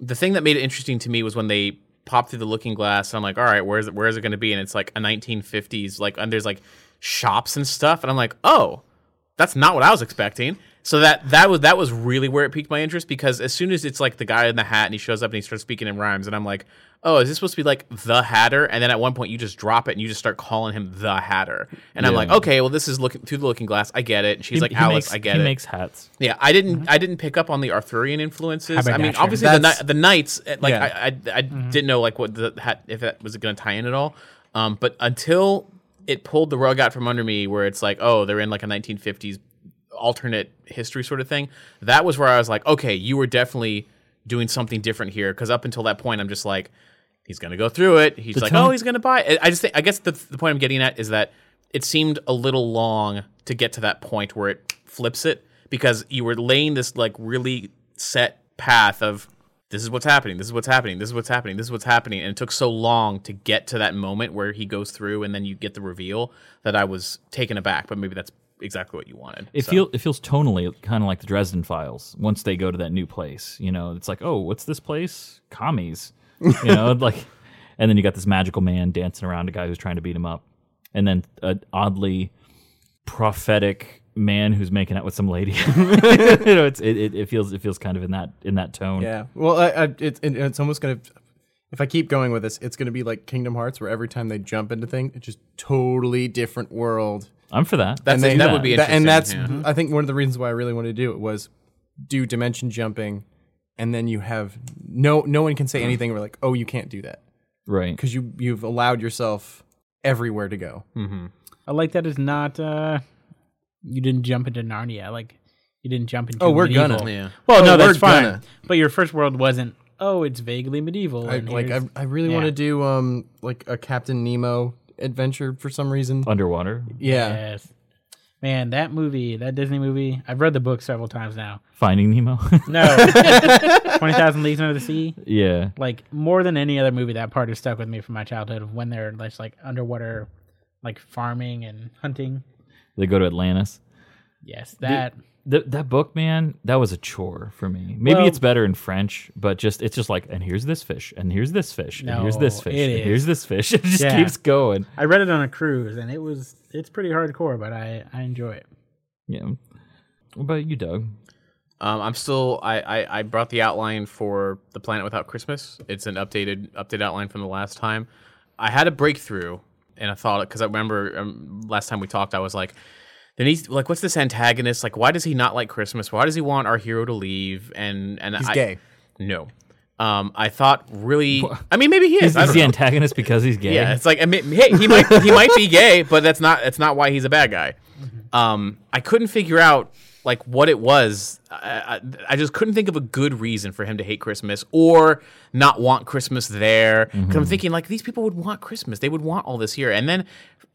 S3: the thing that made it interesting to me was when they popped through the looking glass. And I'm like, all right, where's it? Where is it going to be? And it's like a 1950s, like and there's like shops and stuff, and I'm like, oh, that's not what I was expecting. So that that was that was really where it piqued my interest because as soon as it's like the guy in the hat and he shows up and he starts speaking in rhymes and I'm like, oh, is this supposed to be like the Hatter? And then at one point you just drop it and you just start calling him the Hatter, and I'm like, okay, well this is looking through the looking glass. I get it. And she's
S1: He-
S3: like,
S1: he
S3: Alice,
S1: makes-
S3: I get
S1: he
S3: it.
S1: makes hats.
S3: yeah, I didn't I didn't pick up on the Arthurian influences. I mean,
S4: Haberdasher.
S3: obviously the
S2: That's-
S3: kni- the knights, eh, like
S2: Yeah.
S3: I I, I didn't know like what the hat if that was going to tie in at all. Um, but until it pulled the rug out from under me, where it's like, oh, they're in like a 1950s alternate history sort of thing. That was where I was like, okay, you were definitely doing something different here. Because up until that point, I'm just like, he's going to go through it. He's like,
S1: tone-
S3: oh, he's going to buy it. I just think I guess the the point I'm getting at is that it seemed a little long to get to that point where it flips it because you were laying this like really set path of this is what's happening. This is what's happening. This is what's happening. This is what's happening. And it took so long to get to that moment where he goes through and then you get the reveal that I was taken aback. But maybe that's exactly what you wanted.
S1: It
S3: So-
S1: feel it feels tonally kind of like the Dresden Files. Once they go to that new place, you know, it's like, oh, what's this place? Commies, you know, (laughs) like, and then you got this magical man dancing around a guy who's trying to beat him up, and then uh, oddly, prophetic man who's making out with some lady. (laughs) you know, it's it, it, it feels it feels kind of in that in that tone.
S2: Yeah. Well, I, I, it, it, it's almost gonna. If I keep going with this, it's gonna be like Kingdom Hearts, where every time they jump into things, it's just totally different world.
S1: I'm for that.
S3: That's
S2: they-
S3: it. that would be
S2: That-
S3: interesting.
S2: and that's
S3: yeah.
S2: I think one of the reasons why I really wanted to do it was do dimension jumping, and then you have no no one can say anything. We're like, oh, you can't do that
S1: right.
S2: because you you've allowed yourself everywhere to go.
S3: Hmm.
S4: I like that it's not. uh You didn't jump into Narnia. Like you didn't jump into.
S2: Oh, we're
S4: medieval.
S2: gonna.
S3: Yeah.
S4: Well, no,
S2: Oh,
S4: that's
S2: we're
S4: fine.
S2: gonna.
S4: But your first world wasn't. Oh, it's vaguely medieval.
S2: I,
S4: and
S2: like I,
S4: here's-
S2: I really
S4: yeah.
S2: want to do um like a Captain Nemo adventure for some reason.
S1: Underwater.
S2: Yeah.
S4: Yes. Man, that movie, that Disney movie. I've read the book several times
S2: (laughs)
S4: now.
S1: Finding Nemo. (laughs)
S4: No, (laughs) Twenty Thousand Leagues Under the Sea.
S1: yeah.
S4: Like more than any other movie, that part has stuck with me from my childhood of when they're just like underwater, like farming and hunting.
S1: They go to Atlantis.
S4: Yes, that.
S1: Th- that book, man, that was a chore for me. Maybe
S4: Well-
S1: it's better in French, but just it's just like, and here's this fish, and here's this fish, and here's this
S4: No,
S1: fish,
S4: it
S1: and
S4: is.
S1: here's this fish. (laughs) It just
S4: Yeah.
S1: keeps going.
S4: I read it on a cruise, and it was it's pretty hardcore, but I I enjoy it.
S1: Yeah. What about you, Doug?
S3: Um, I'm still. I, I I brought the outline for the Planet Without Christmas. It's an updated updated outline from the last time. I had a breakthrough, and I thought because I remember um, last time we talked, I was like, "Then he's like, what's this antagonist? Like, why does he not like Christmas? Why does he want our hero to leave?" And and
S2: He's
S3: I,
S2: gay.
S3: No, um, I thought really. I mean, maybe he is.
S1: He's,
S3: I
S1: he's
S3: don't
S1: the
S3: know.
S1: antagonist because he's gay.
S3: Yeah, it's like I mean, hey, he might he might be gay, but that's not that's not why he's a bad guy. Um, I couldn't figure out like what it was. I, I, I just couldn't think of a good reason for him to hate Christmas or not want Christmas there. Because I'm thinking like these people would want Christmas, they would want all this here, and then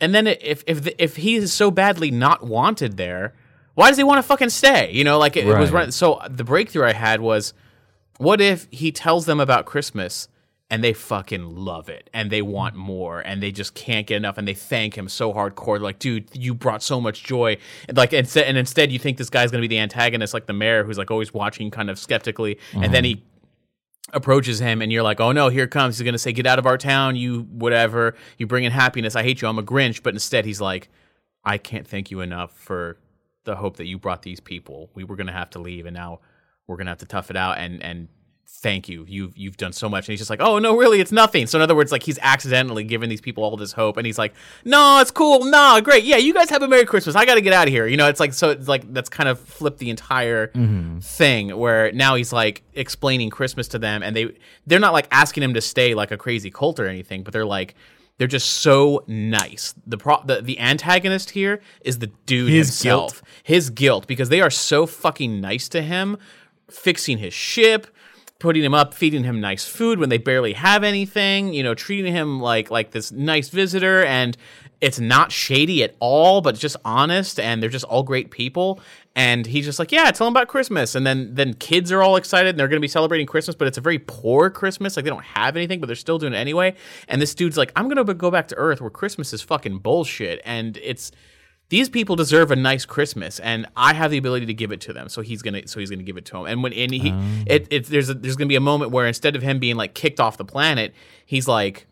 S3: and then if if the, if he is so badly not wanted there, why does he want to fucking stay? You know, like it, it was
S1: Right.
S3: right. So uh, the breakthrough I had was what if he tells them about Christmas and they fucking love it and they want more and they just can't get enough and they thank him so hardcore like dude you brought so much joy and like and, and instead you think this guy's going to be the antagonist like the mayor who's like always watching kind of skeptically and then he approaches him and you're like oh no here it comes he's going to say get out of our town you whatever you bring in happiness i hate you i'm a grinch but instead he's like i can't thank you enough for the hope that you brought these people we were going to have to leave and now we're going to have to tough it out and and thank you you've you've done so much and he's just like oh no really it's nothing so in other words like he's accidentally giving these people all this hope and he's like no it's cool no great yeah you guys have a merry christmas i gotta get out of here you know it's like so it's like that's kind of flipped the entire thing where now he's like explaining christmas to them and they they're not like asking him to stay like a crazy cult or anything but they're like they're just so nice. The pro- the, the antagonist here is the dude
S2: His guilt.
S3: himself his guilt because they are so fucking nice to him, fixing his ship, putting him up, feeding him nice food when they barely have anything, you know, treating him like like this nice visitor and it's not shady at all, but just honest and they're just all great people. And he's just like, yeah, tell him about Christmas. And then then kids are all excited and they're gonna be celebrating Christmas, but it's a very poor Christmas. Like they don't have anything, but they're still doing it anyway. And this dude's like, I'm gonna go back to Earth where Christmas is fucking bullshit. And it's these people deserve a nice Christmas, and I have the ability to give it to them. So he's gonna, so he's gonna give it to him. And when and he, it, it, there's a, there's gonna be a moment where instead of him being like kicked off the planet, he's like,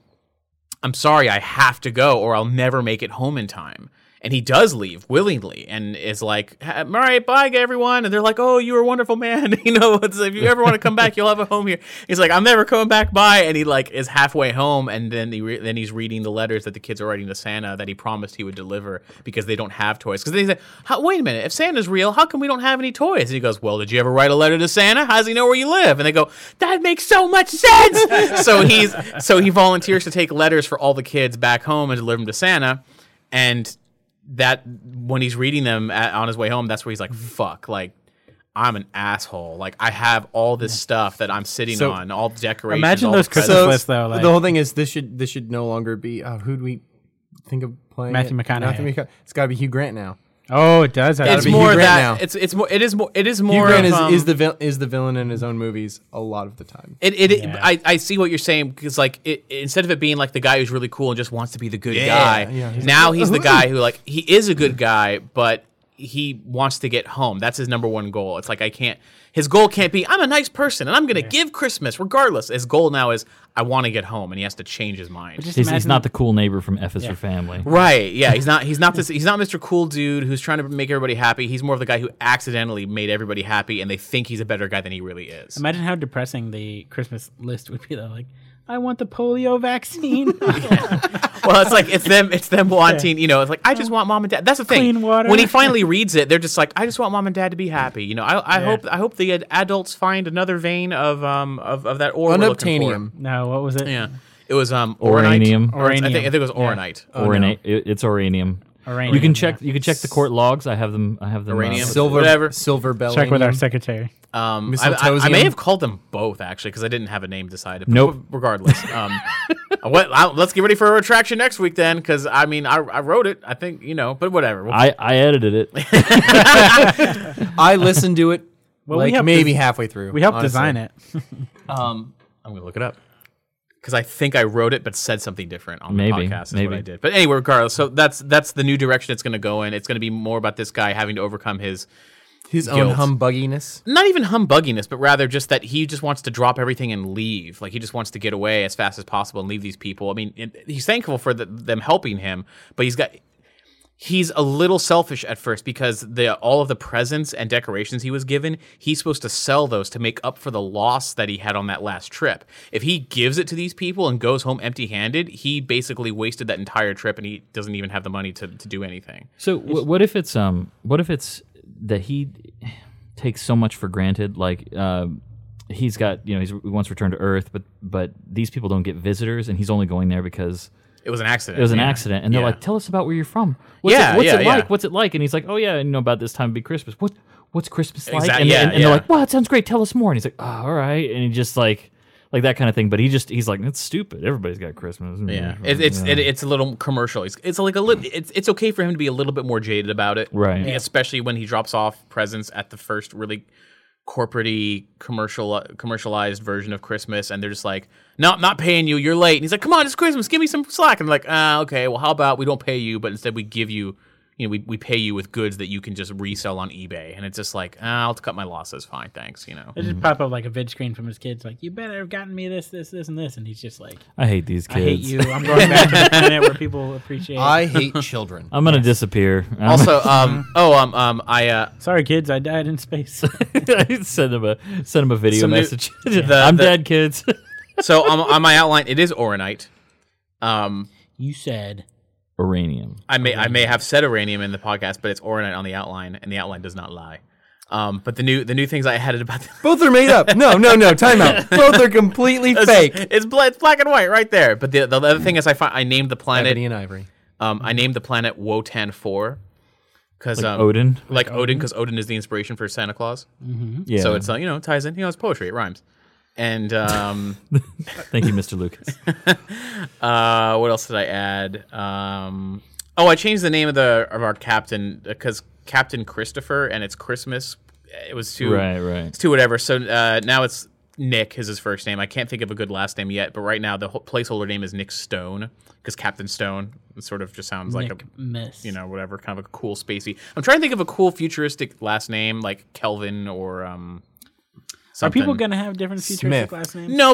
S3: I'm sorry, I have to go, or I'll never make it home in time. And he does leave willingly, and is like, "Ha- "All right, bye, everyone." And they're like, "Oh, you were a wonderful man. (laughs) you know, it's, if you ever want to come back, you'll have a home here." He's like, "I'm never coming back." Bye. And he like is halfway home, and then he re- then he's reading the letters that the kids are writing to Santa that he promised he would deliver because they don't have toys. Because they say, "How- "Wait a minute, if Santa's real, how come we don't have any toys?" And he goes, "Well, did you ever write a letter to Santa? How does he know where you live?" And they go, "That makes so much sense." (laughs) so he's so he volunteers to take letters for all the kids back home and deliver them to Santa, and that when he's reading them at, on his way home, that's where he's like, "Fuck!" Like. I'm an asshole. Like I have all this stuff that I'm sitting
S2: So-
S3: on, all decorations.
S4: Imagine
S3: all the
S4: those
S3: presents.
S4: Christmas list, though, like-
S2: the whole thing is this should this should no longer be uh, who'd we think of playing
S4: Matthew
S2: it?
S4: McConaughey.
S2: Matthew McConaughey. It's got to be Hugh Grant now.
S4: Oh, it does. have to
S3: it's
S4: be-
S2: Hugh
S3: more
S2: Grant
S3: that
S2: now.
S3: it's it's more it is more it is
S2: Hugh
S3: more
S2: Grant
S3: of,
S2: is,
S3: um,
S2: is the vil- is the villain in his own movies a lot of the time.
S3: it, it, it- I, I see what you're saying because like it, instead of it being like the guy who's really cool and just wants to be the good guy
S2: yeah, he's-
S3: now he's the guy who like he is a good guy but he wants to get home. That's his number one goal. It's like I can't. His goal can't be I'm a nice person and I'm gonna give Christmas regardless. His goal now is I want to get home, and he has to change his
S4: (laughs)
S3: mind.
S4: Just
S1: He's, he's
S4: imagine-
S1: not the cool neighbor from F is for Family.
S3: Right. Yeah. He's not. He's not this. He's not Mr. Cool Dude who's trying to make everybody happy. He's more of the guy who accidentally made everybody happy, and they think he's a better guy than he really is.
S4: Imagine how depressing the Christmas list would be. Though, like, I want the
S1: (laughs)
S4: polio vaccine.
S3: well, it's like it's them. It's them wanting. You know, it's like I just want mom and dad. That's the thing.
S4: Clean water.
S3: When he finally reads it, they're just like, I just want mom and dad to be happy. You know, I, I hope I hope the ad- adults find another vein of um of, of that ore. we're looking for.
S4: (laughs)
S2: Unobtainium.
S4: no, what was it?
S3: Yeah. It was um oronite.
S1: Oranium.
S3: Or it's- I think I
S4: Oranium.
S3: think it was oranite.
S1: Orana- it- it's Oranium.
S4: Uranium,
S1: You can
S4: Oh, yeah.
S1: check. You can check the court logs. I have them. I have them.
S3: Uranium.
S1: Uh,
S2: Silver,
S3: Whatever.
S2: Silver bell.
S4: Check with our secretary.
S3: Um, I, I- I
S2: Mistletoesium.
S3: may have called them both actually because I didn't have a name decided. But
S1: Nope.
S3: Regardless,
S1: (laughs)
S3: um, what? I, let's get ready for a retraction next week then, because I mean I, I wrote it. I think you know, but whatever. We'll-
S1: I, I edited it.
S2: I listened to it
S4: (laughs) Well, we
S2: like
S4: helped
S2: maybe
S4: des-
S2: halfway through.
S4: We helped
S2: honestly.
S4: design it.
S3: um, I'm gonna look it up because I think I wrote it but said something different on
S1: Maybe,
S3: the podcast. Is
S1: maybe.
S3: what I did. But anyway, regardless, so that's that's the new direction it's gonna go in. It's gonna be more about this guy having to overcome his
S2: His
S3: Guilt.
S2: own humbugginess.
S3: not even humbugginess, but rather just that he just wants to drop everything and leave. Like he just wants to get away as fast as possible and leave these people. I mean, it, he's thankful for the, them helping him, but he's got he's a little selfish at first because the all of the presents and decorations he was given, he's supposed to sell those to make up for the loss that he had on that last trip. If he gives it to these people and goes home empty-handed, he basically wasted that entire trip and he doesn't even have the money to to do anything.
S1: So w- what if it's um what if it's that he takes so much for granted like uh, he's got you know he's he wants to return to Earth but but these people don't get visitors and he's only going there because
S3: It was an accident.
S1: it was an
S3: Yeah.
S1: accident and they're
S3: Yeah.
S1: like tell us about where you're from what's
S3: Yeah,
S1: it, what's
S3: yeah,
S1: it like
S3: yeah.
S1: what's it like and he's like oh yeah you know about this time would be Christmas what what's Christmas like
S3: Exact-
S1: and,
S3: yeah,
S1: and, and they're
S3: yeah.
S1: like wow that sounds great tell us more and he's like oh, all right and he just like like that kind of thing but he just he's like that's stupid everybody's got Christmas
S3: Yeah, it, it's it, it's a little commercial. It's, it's like a little. It's it's okay for him to be a little bit more jaded about it,
S1: Right. Yeah.
S3: Especially when he drops off presents at the first really corporate commercial uh, commercialized version of Christmas, and they're just like, "No, I'm not paying you. You're late." And he's like, "Come on, it's Christmas. Give me some slack." And they're like, "Ah, okay. Well, how about we don't pay you, but instead we give you." You know, we, we pay you with goods that you can just resell on eBay, and it's just like ah, I'll cut my losses. Fine, thanks. You
S4: (laughs)
S3: know,
S4: It
S1: Mm-hmm.
S4: just pop up like a vid screen from his kids, like, "You better have gotten me this, this, this, and this," and he's just like,
S1: I hate these
S4: "I
S1: kids
S4: hate you. I'm going back to the
S3: (laughs)
S4: planet where people appreciate."
S2: I hate children.
S4: Um,
S1: I'm gonna disappear I'm-
S3: also, um, oh, um, um, I uh,
S4: Sorry, kids, I died in space.
S1: (laughs) send him a send him a video
S3: Some new-
S1: message. (laughs)
S3: the-
S1: I'm
S3: the-
S1: dead, kids.
S3: so on, on my outline, it is Oronite. Um,
S4: (laughs) you said
S1: Uranium.
S3: I may I may have said uranium in the podcast, but it's oronite on the outline, and the outline does not lie. Um, but the new the new things I added about the (laughs)
S2: Both are made up. No, no, no. Time out. Both are completely fake.
S3: It's, bla- it's black and white right there. But the, the other thing is I find I named the
S2: Ebony
S3: planet
S2: and Ivory.
S3: um, I named the planet Wotan Four because
S1: Like
S3: um,
S1: Odin?
S3: like Odin because Odin is the inspiration for Santa Claus.
S1: Yeah.
S3: So it's uh, you know it ties in you know it's poetry it rhymes. And um,
S1: Thank you, Mr. Lucas.
S3: Uh, what else did I add? Um, oh, I changed the name of the of our captain because Captain Christopher, and it's Christmas. It was too
S1: Right, right.
S3: It's too whatever. So uh, now it's Nick is his first name. I can't think of a good last name yet, but right now the whole placeholder name is Nick Stone because Captain Stone sort of just sounds like
S4: Nick
S3: a
S4: Miss.
S3: you know whatever kind of a cool spacey. I'm trying to think of a cool futuristic last name like Kelvin or um.
S4: are
S3: Something.
S4: people gonna have different futuristic
S2: Smith.
S4: last names?
S3: No,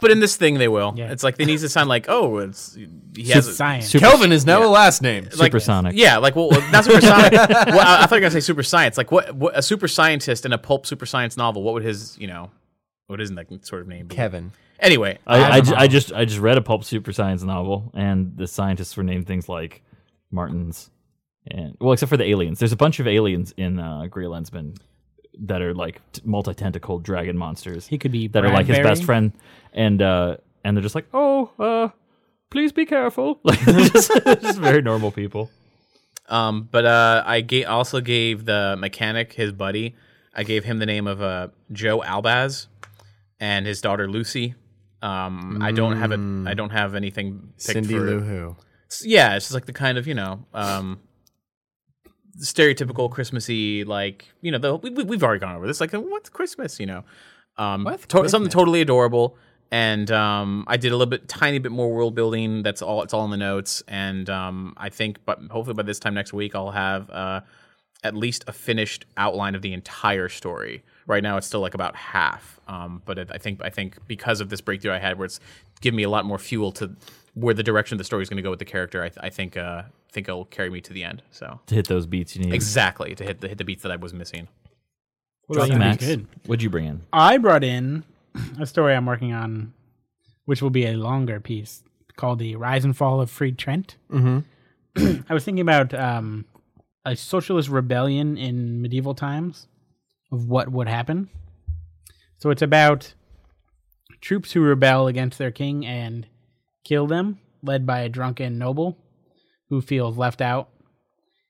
S3: But in this thing, they will.
S4: Yeah.
S3: It's like they need to sound like, oh, it's he has a,
S4: science.
S1: Super-
S2: Kelvin is now a last name.
S3: like-
S1: Supersonic.
S3: Yeah, like well, not
S2: (laughs)
S3: supersonic. well, I, I thought you were gonna say super science. Like what, what? A super scientist in a pulp super science novel. What would his you know? What isn't that sort of name? be?
S2: Kevin.
S3: Anyway,
S1: I, I,
S4: Adam
S1: ju- I
S4: Allen.
S1: just I just read a pulp super science novel, and the scientists were named things like Martins, and well, except for the aliens. There's a bunch of aliens in uh, Grey Lensman that are like t- multi tentacled dragon monsters.
S4: He could be
S1: that are like his
S4: Bradbury.
S1: best friend, and uh, and they're just like, oh, uh, please be careful. (laughs) Like they're just, they're just very normal people.
S3: um, but uh, I ga- also gave the mechanic his buddy. I gave him the name of uh, Joe Albaz, and his daughter Lucy. Um, I don't have a, I don't have anything. Picked
S2: Mm. Cindy
S3: for,
S2: Lou Who.
S3: s- yeah, it's just like the kind of you know um, stereotypical Christmassy like you know the we, we- we've already gone over this like what's Christmas you know um,
S2: What's
S3: to- something totally adorable and um, I did a little bit tiny bit more world building that's all it's all in the notes and um, I think but hopefully by this time next week I'll have uh, at least a finished outline of the entire story. Right now, it's still like about half. Um, but it, I think I think because of this breakthrough I had, where it's given me a lot more fuel to where the direction of the story is going to go with the character, I, th- I think uh, think it'll carry me to the end. So
S1: To hit those beats, you need.
S3: exactly to hit the hit the beats that I was missing.
S1: What about you,
S4: That'd
S1: Max?
S4: be good.
S1: What'd you bring in?
S4: I brought in a story I'm working on, which will be a longer piece called "The Rise and Fall of Freed Trent." Mm-hmm. (clears throat) I was thinking about um, a socialist rebellion in medieval times, of what would happen. So it's about troops who rebel against their king and kill them, led by a drunken noble who feels left out.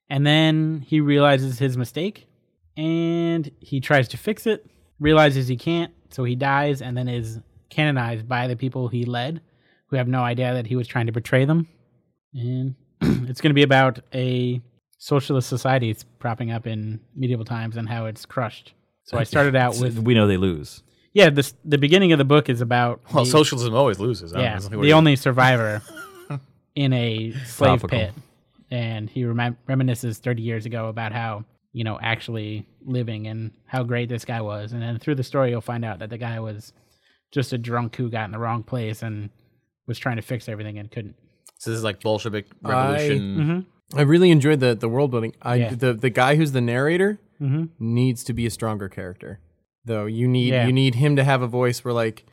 S4: And then he realizes his mistake and he tries to fix it, realizes he can't, so he dies and then is canonized by the people he led who have no idea that he was trying to betray them. And (clears throat) it's going to be about a socialist society it's propping up in medieval times and how it's crushed. So I started out
S1: So
S4: with
S1: we know they lose.
S4: yeah, this the beginning of the book is about
S3: Well,
S4: the,
S3: socialism always loses. I don't- I
S4: yeah,
S3: don't think
S4: the
S3: we're-
S4: only survivor in a slave
S1: Topical.
S4: pit, and he remi- reminisces 30 years ago about how you know actually living and how great this guy was, and then through the story you'll find out that the guy was just a drunk who got in the wrong place and was trying to fix everything and couldn't.
S3: so this is like Bolshevik
S2: I-
S3: revolution.
S1: Mm-hmm.
S2: I really enjoyed the the world building. I
S4: Yeah.
S2: the the guy who's the narrator
S4: Mm-hmm.
S2: needs to be a stronger character. Though you need
S4: Yeah.
S2: you need him to have a voice where like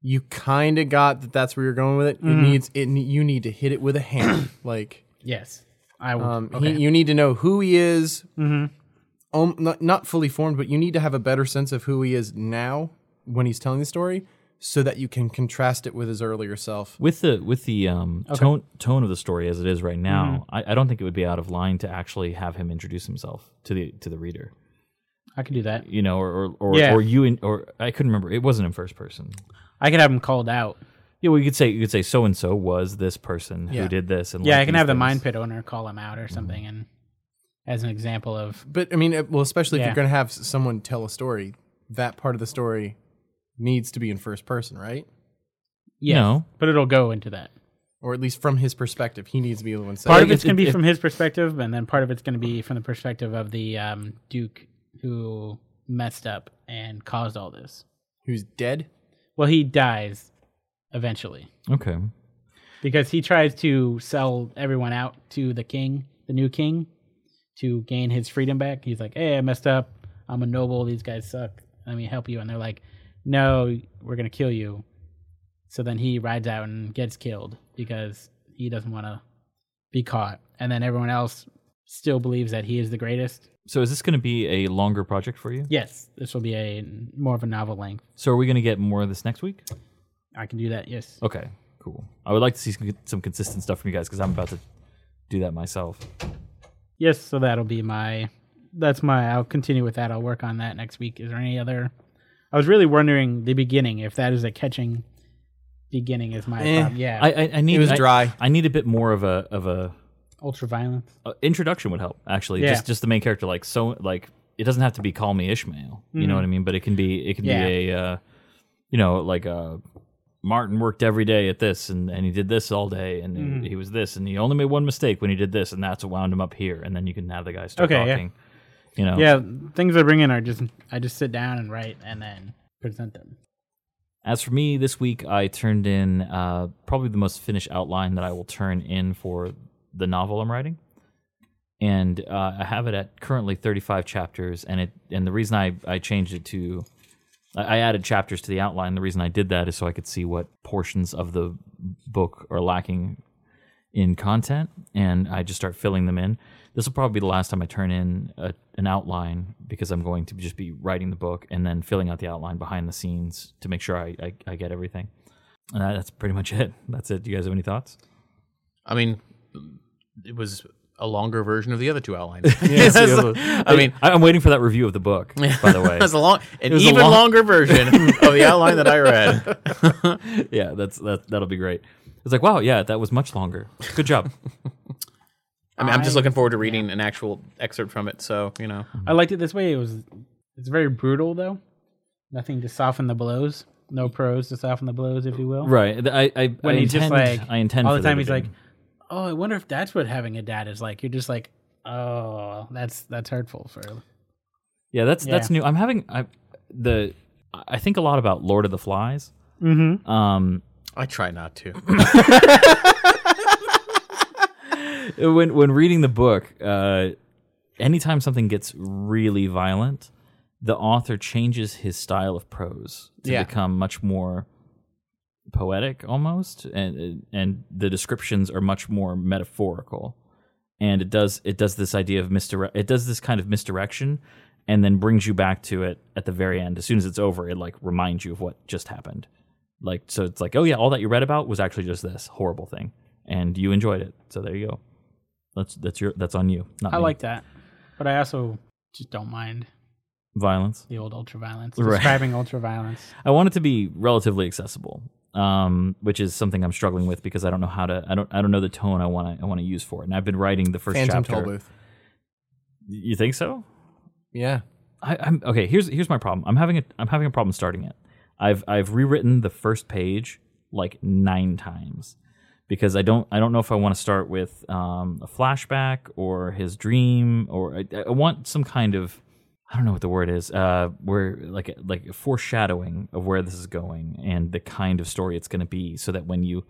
S2: you kind of got that that's where you're going with it.
S4: Mm-hmm.
S2: It needs it ne- you need to hit it with
S4: (clears throat)
S2: a hammer. like
S4: Yes, I will.
S2: um he-
S4: okay. Mm-hmm.
S2: you need to know who he is. Um, not, not fully formed, but you need to have a better sense of who he is now when he's telling the story so that you can contrast it with his earlier self.
S1: With the with the um, tone tone of the story as it is right now,
S4: Mm-hmm.
S1: I, I don't think it would be out of line to actually have him introduce himself to the to the reader.
S4: I could do that.
S1: You know, or or or,
S4: Yeah.
S1: or you in, or I couldn't remember. It wasn't in first person.
S4: I could have him called out.
S1: Yeah, well, you could say you could say so and so was this person
S2: Yeah.
S1: who did this, and
S4: Yeah,
S1: liked
S4: I can
S1: these
S4: have the
S1: things.
S4: mine pit owner call him out or something, and as an example of
S2: But I mean, uh, well, especially if
S4: Yeah.
S2: you're going to have s- someone tell a story, that part of the story needs to be in first person, right?
S4: yes,
S1: No.
S4: but it'll go into that.
S2: Or at least from his perspective, he needs to be the one saying.
S4: part
S1: Like,
S4: of it's
S1: if-
S4: going to be
S1: if-
S4: from his perspective, and then part of it's going to be from the perspective of the um, Duke who messed up and caused all this.
S2: who's dead.
S4: Well, he dies eventually
S1: Okay,
S4: because he tries to sell everyone out to the king, the new king, to gain his freedom back. He's like, "Hey, I messed up. I'm a noble. These guys suck. Let me help you." And they're like, "No, we're going to kill you." So then he rides out and gets killed because he doesn't want to be caught. And then everyone else still believes that he is the greatest.
S1: so is this going to be a longer project for you?
S4: Yes, this will be a more of a novel length.
S1: So are we going to get more of this next week?
S4: I can do that. Yes.
S1: Okay, cool. I would like to see some, some consistent stuff from you guys because I'm about to do that myself.
S4: Yes, so that'll be my that's my I'll continue with that. I'll work on that next week. Is there any other I was really wondering the beginning if that is a catching beginning is my
S2: Eh,
S4: problem. Yeah.
S1: I, I, I need
S2: It was
S1: I-
S2: dry.
S1: I need a bit more of a of a
S4: ultra violence.
S1: uh, introduction would help actually.
S4: Yeah.
S1: Just just the main character like so like it doesn't have to be call me Ishmael. You know what I mean? But it can be it can
S4: Mm. Yeah.
S1: be a uh, you know like uh Martin worked every day at this and, and he did this all day and
S4: Mm.
S1: he was this and he only made one mistake when he did this and that's what wound him up here and then you can have the guy start
S4: Okay, yeah.
S1: talking. You know.
S4: Yeah, things I bring in are just I just sit down and write and then present them.
S1: As for me, this week I turned in uh, probably the most finished outline that I will turn in for the novel I'm writing, and uh, I have it at currently 35 chapters. And it and the reason I I changed it to I I added chapters to the outline. The reason I did that is so I could see what portions of the book are lacking in content, and I just start filling them in. This will probably be the last time I turn in a, an outline because I'm going to just be writing the book and then filling out the outline behind the scenes to make sure I, I, I get everything. And that- that's pretty much (laughs) it. That's it. Do you guys have any thoughts?
S3: I mean, it was a longer version of the other two
S1: (laughs)
S3: outlines.
S2: it's the
S3: It's
S2: other-
S3: like- I mean,
S1: I- I'm waiting for that review of the
S4: (laughs)
S1: book, by
S3: (laughs)
S1: the way.
S3: that's a long, an
S1: was a
S3: even
S1: long-
S3: longer version of the outline that I
S1: (laughs)
S3: read.
S1: (laughs) yeah, that's that. That'll be great. It's like, wow, yeah, that was much longer. Good
S4: (laughs)
S1: job.
S3: I mean, I'm just
S4: I-
S3: looking forward to reading an actual excerpt from it. So you know,
S4: I liked it this way. It was it's very brutal though. Nothing to soften the blows. No prose to soften the blows, if you will.
S1: right. I, I,
S4: When
S1: I
S4: he
S1: intend,
S4: just like
S1: I intend
S4: all
S1: for
S4: the
S1: there
S4: time
S1: to
S4: he's
S1: be-
S4: like, Oh, I wonder if that's what having a dad is like. You're just like, Oh, that's that's hurtful for
S1: Yeah, that's that's
S4: Yeah.
S1: new. I'm having I, the I think a lot about Lord of the Flies. Mm-hmm. Um,
S3: I try not to.
S1: (laughs) when when reading the book, uh, anytime something gets really violent, the author changes his style of prose to
S3: Yeah.
S1: become much more poetic, almost, and and the descriptions are much more metaphorical. And it does it does this idea of misdirect. It does this kind of misdirection, and then brings you back to it at the very end. As soon as it's over, it like reminds you of what just happened. Like so, it's like oh yeah, all that you read about was actually just this horrible thing, and you enjoyed it. So there you go. That's that's your that's on you. Not
S4: I
S1: me.
S4: like that. But I also just don't mind
S1: violence.
S4: the old ultraviolence.
S1: Right. (laughs)
S4: Describing ultraviolence.
S1: I want it to be relatively accessible, um, which is something I'm struggling with because I don't know how to. I don't. I don't know the tone I want to. I want to use for it. And I've been writing the first
S2: Phantom
S1: chapter.
S2: Tollbooth.
S1: You think so?
S2: Yeah.
S1: I, I'm okay. Here's here's my problem. I'm having a I'm having a problem starting it. I've I've rewritten the first page like nine times because I don't I don't know if I want to start with um, a flashback or his dream or I, I want some kind of I don't know what the word is uh, where like like a foreshadowing of where this is going and the kind of story it's going to be so that when you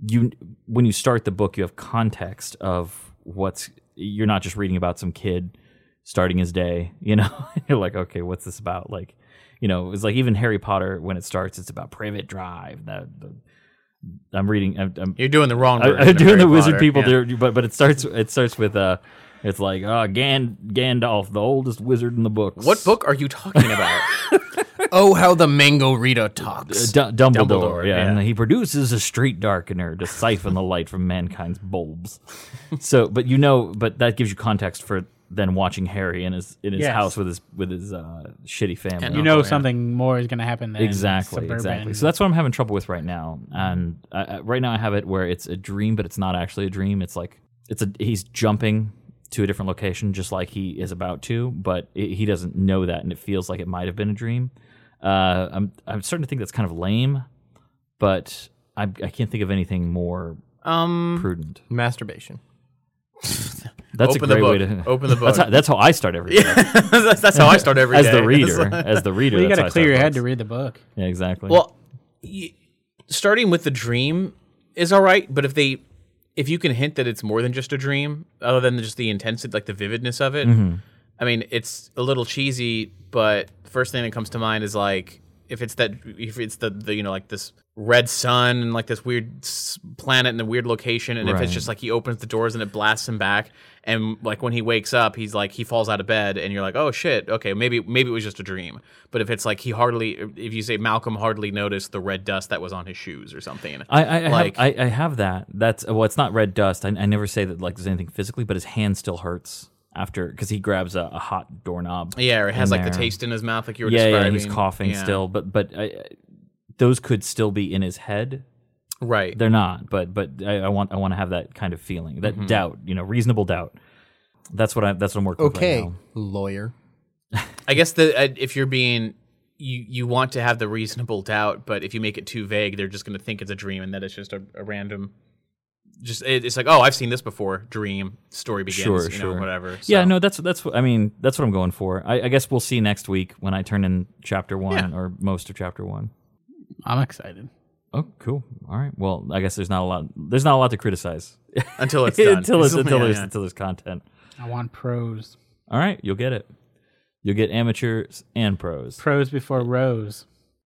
S1: you when you start the book you have context of what's you're not just reading about some kid starting his day (laughs) you know you're like okay what's this about like you know it's like even harry potter when it starts it's about privet drive that the, i'm reading i'm, I'm
S3: You're doing the wrong.
S1: I,
S3: version
S1: I'm
S3: of
S1: doing
S3: Harry
S1: the wizard
S3: Potter.
S1: people,
S3: Yeah.
S1: there, but but it starts it starts with uh, it's like uh, Gan- Gandalf, the oldest wizard in the books.
S3: What book are you talking
S1: (laughs)
S3: about?
S2: (laughs) Oh, how the mango Rita
S1: Uh, D-
S2: talks.
S1: Dumbledore,
S3: Dumbledore,
S1: yeah,
S3: yeah.
S1: and he produces a street darkener to siphon the light from mankind's
S3: (laughs)
S1: bulbs. So, but you know, but that gives you context for then watching Harry in his in his
S4: Yes.
S1: house with his with his uh, shitty family.
S3: And
S4: You know
S3: yeah.
S4: something more is gonna happen than
S1: exactly
S4: suburban.
S1: exactly so that's what i'm having trouble with right now and uh, uh, right now i have it where it's a dream but it's not actually a dream it's like it's a he's jumping to a different location just like he is about to but i he doesn't know that and it feels like it might have been a dream uh, I'm, I'm starting to think that's kind of lame but I, I can't think of anything more
S3: Um,
S1: prudent
S2: Masturbation.
S1: that's
S3: open
S1: a
S3: the
S1: great way
S3: book.
S1: to
S3: Open
S1: (laughs)
S3: the
S1: that's
S3: book.
S1: how, that's how i start
S3: (laughs)
S1: every day.
S3: that's, that's how I start every
S1: as
S3: day.
S1: the
S3: It's
S1: reader
S3: like-
S1: as
S3: (laughs)
S1: the reader
S4: Well, you
S1: that's how
S4: gotta
S1: I
S4: clear
S1: start
S4: your head
S1: books.
S4: to read the book.
S1: yeah exactly
S3: Well, y- starting with the dream is all right, but if they if you can hint that it's more than just a dream, other than just the intensity, like the vividness of it,
S1: Mm-hmm.
S3: I mean, it's a little cheesy. But the first thing that comes to mind is like if it's that if it's the, the you know like this red sun and like this weird s- planet in a weird location, and if
S1: Right.
S3: it's just like he opens the doors and it blasts him back, and like when he wakes up, he's like he falls out of bed, and you're like, oh shit, okay, maybe maybe it was just a dream. But if it's like he hardly, if you say Malcolm hardly noticed the red dust that was on his shoes or something,
S1: I, I, I
S3: Like-
S1: have, I, I have that. That's well, it's not red dust. I, I never say that like there's anything physically, but his hand still hurts after because he grabs a, a hot doorknob.
S3: yeah, or it has
S1: in
S3: like the
S1: there.
S3: taste in his mouth, like you were
S1: Yeah, yeah,
S3: describing.
S1: he's coughing
S3: Yeah.
S1: still, but but I, I- those could still be in his head.
S3: right?
S1: They're not, but but I, I want I want to have that kind of feeling, that
S3: Mm-hmm.
S1: doubt, you know, reasonable doubt. That's what I that's what I'm working with
S2: Okay,
S1: Oh, right now.
S2: lawyer.
S3: I guess the uh, if you're being you you want to have the reasonable doubt, but if you make it too vague, they're just going to think it's a dream and that it's just a, a random. Just it, it's like oh, I've seen this before. Dream story begins.
S1: Sure,
S3: you
S1: sure.
S3: know, whatever.
S1: Yeah,
S3: so.
S1: no, that's that's what I mean. That's what I'm going for. I, I guess we'll see next week when I turn in chapter one or most of chapter one.
S4: I'm excited.
S1: Oh, cool. All right. Well, I guess there's not a lot. There's not a lot to criticize
S3: until it's
S1: (laughs)
S3: done.
S1: until it's,
S3: (laughs) Yeah,
S1: until there's
S3: yeah.
S1: until there's content.
S4: I want pros.
S1: All right, you'll get it. You'll get amateurs and
S4: (laughs)
S1: pros.
S4: Pros before rows.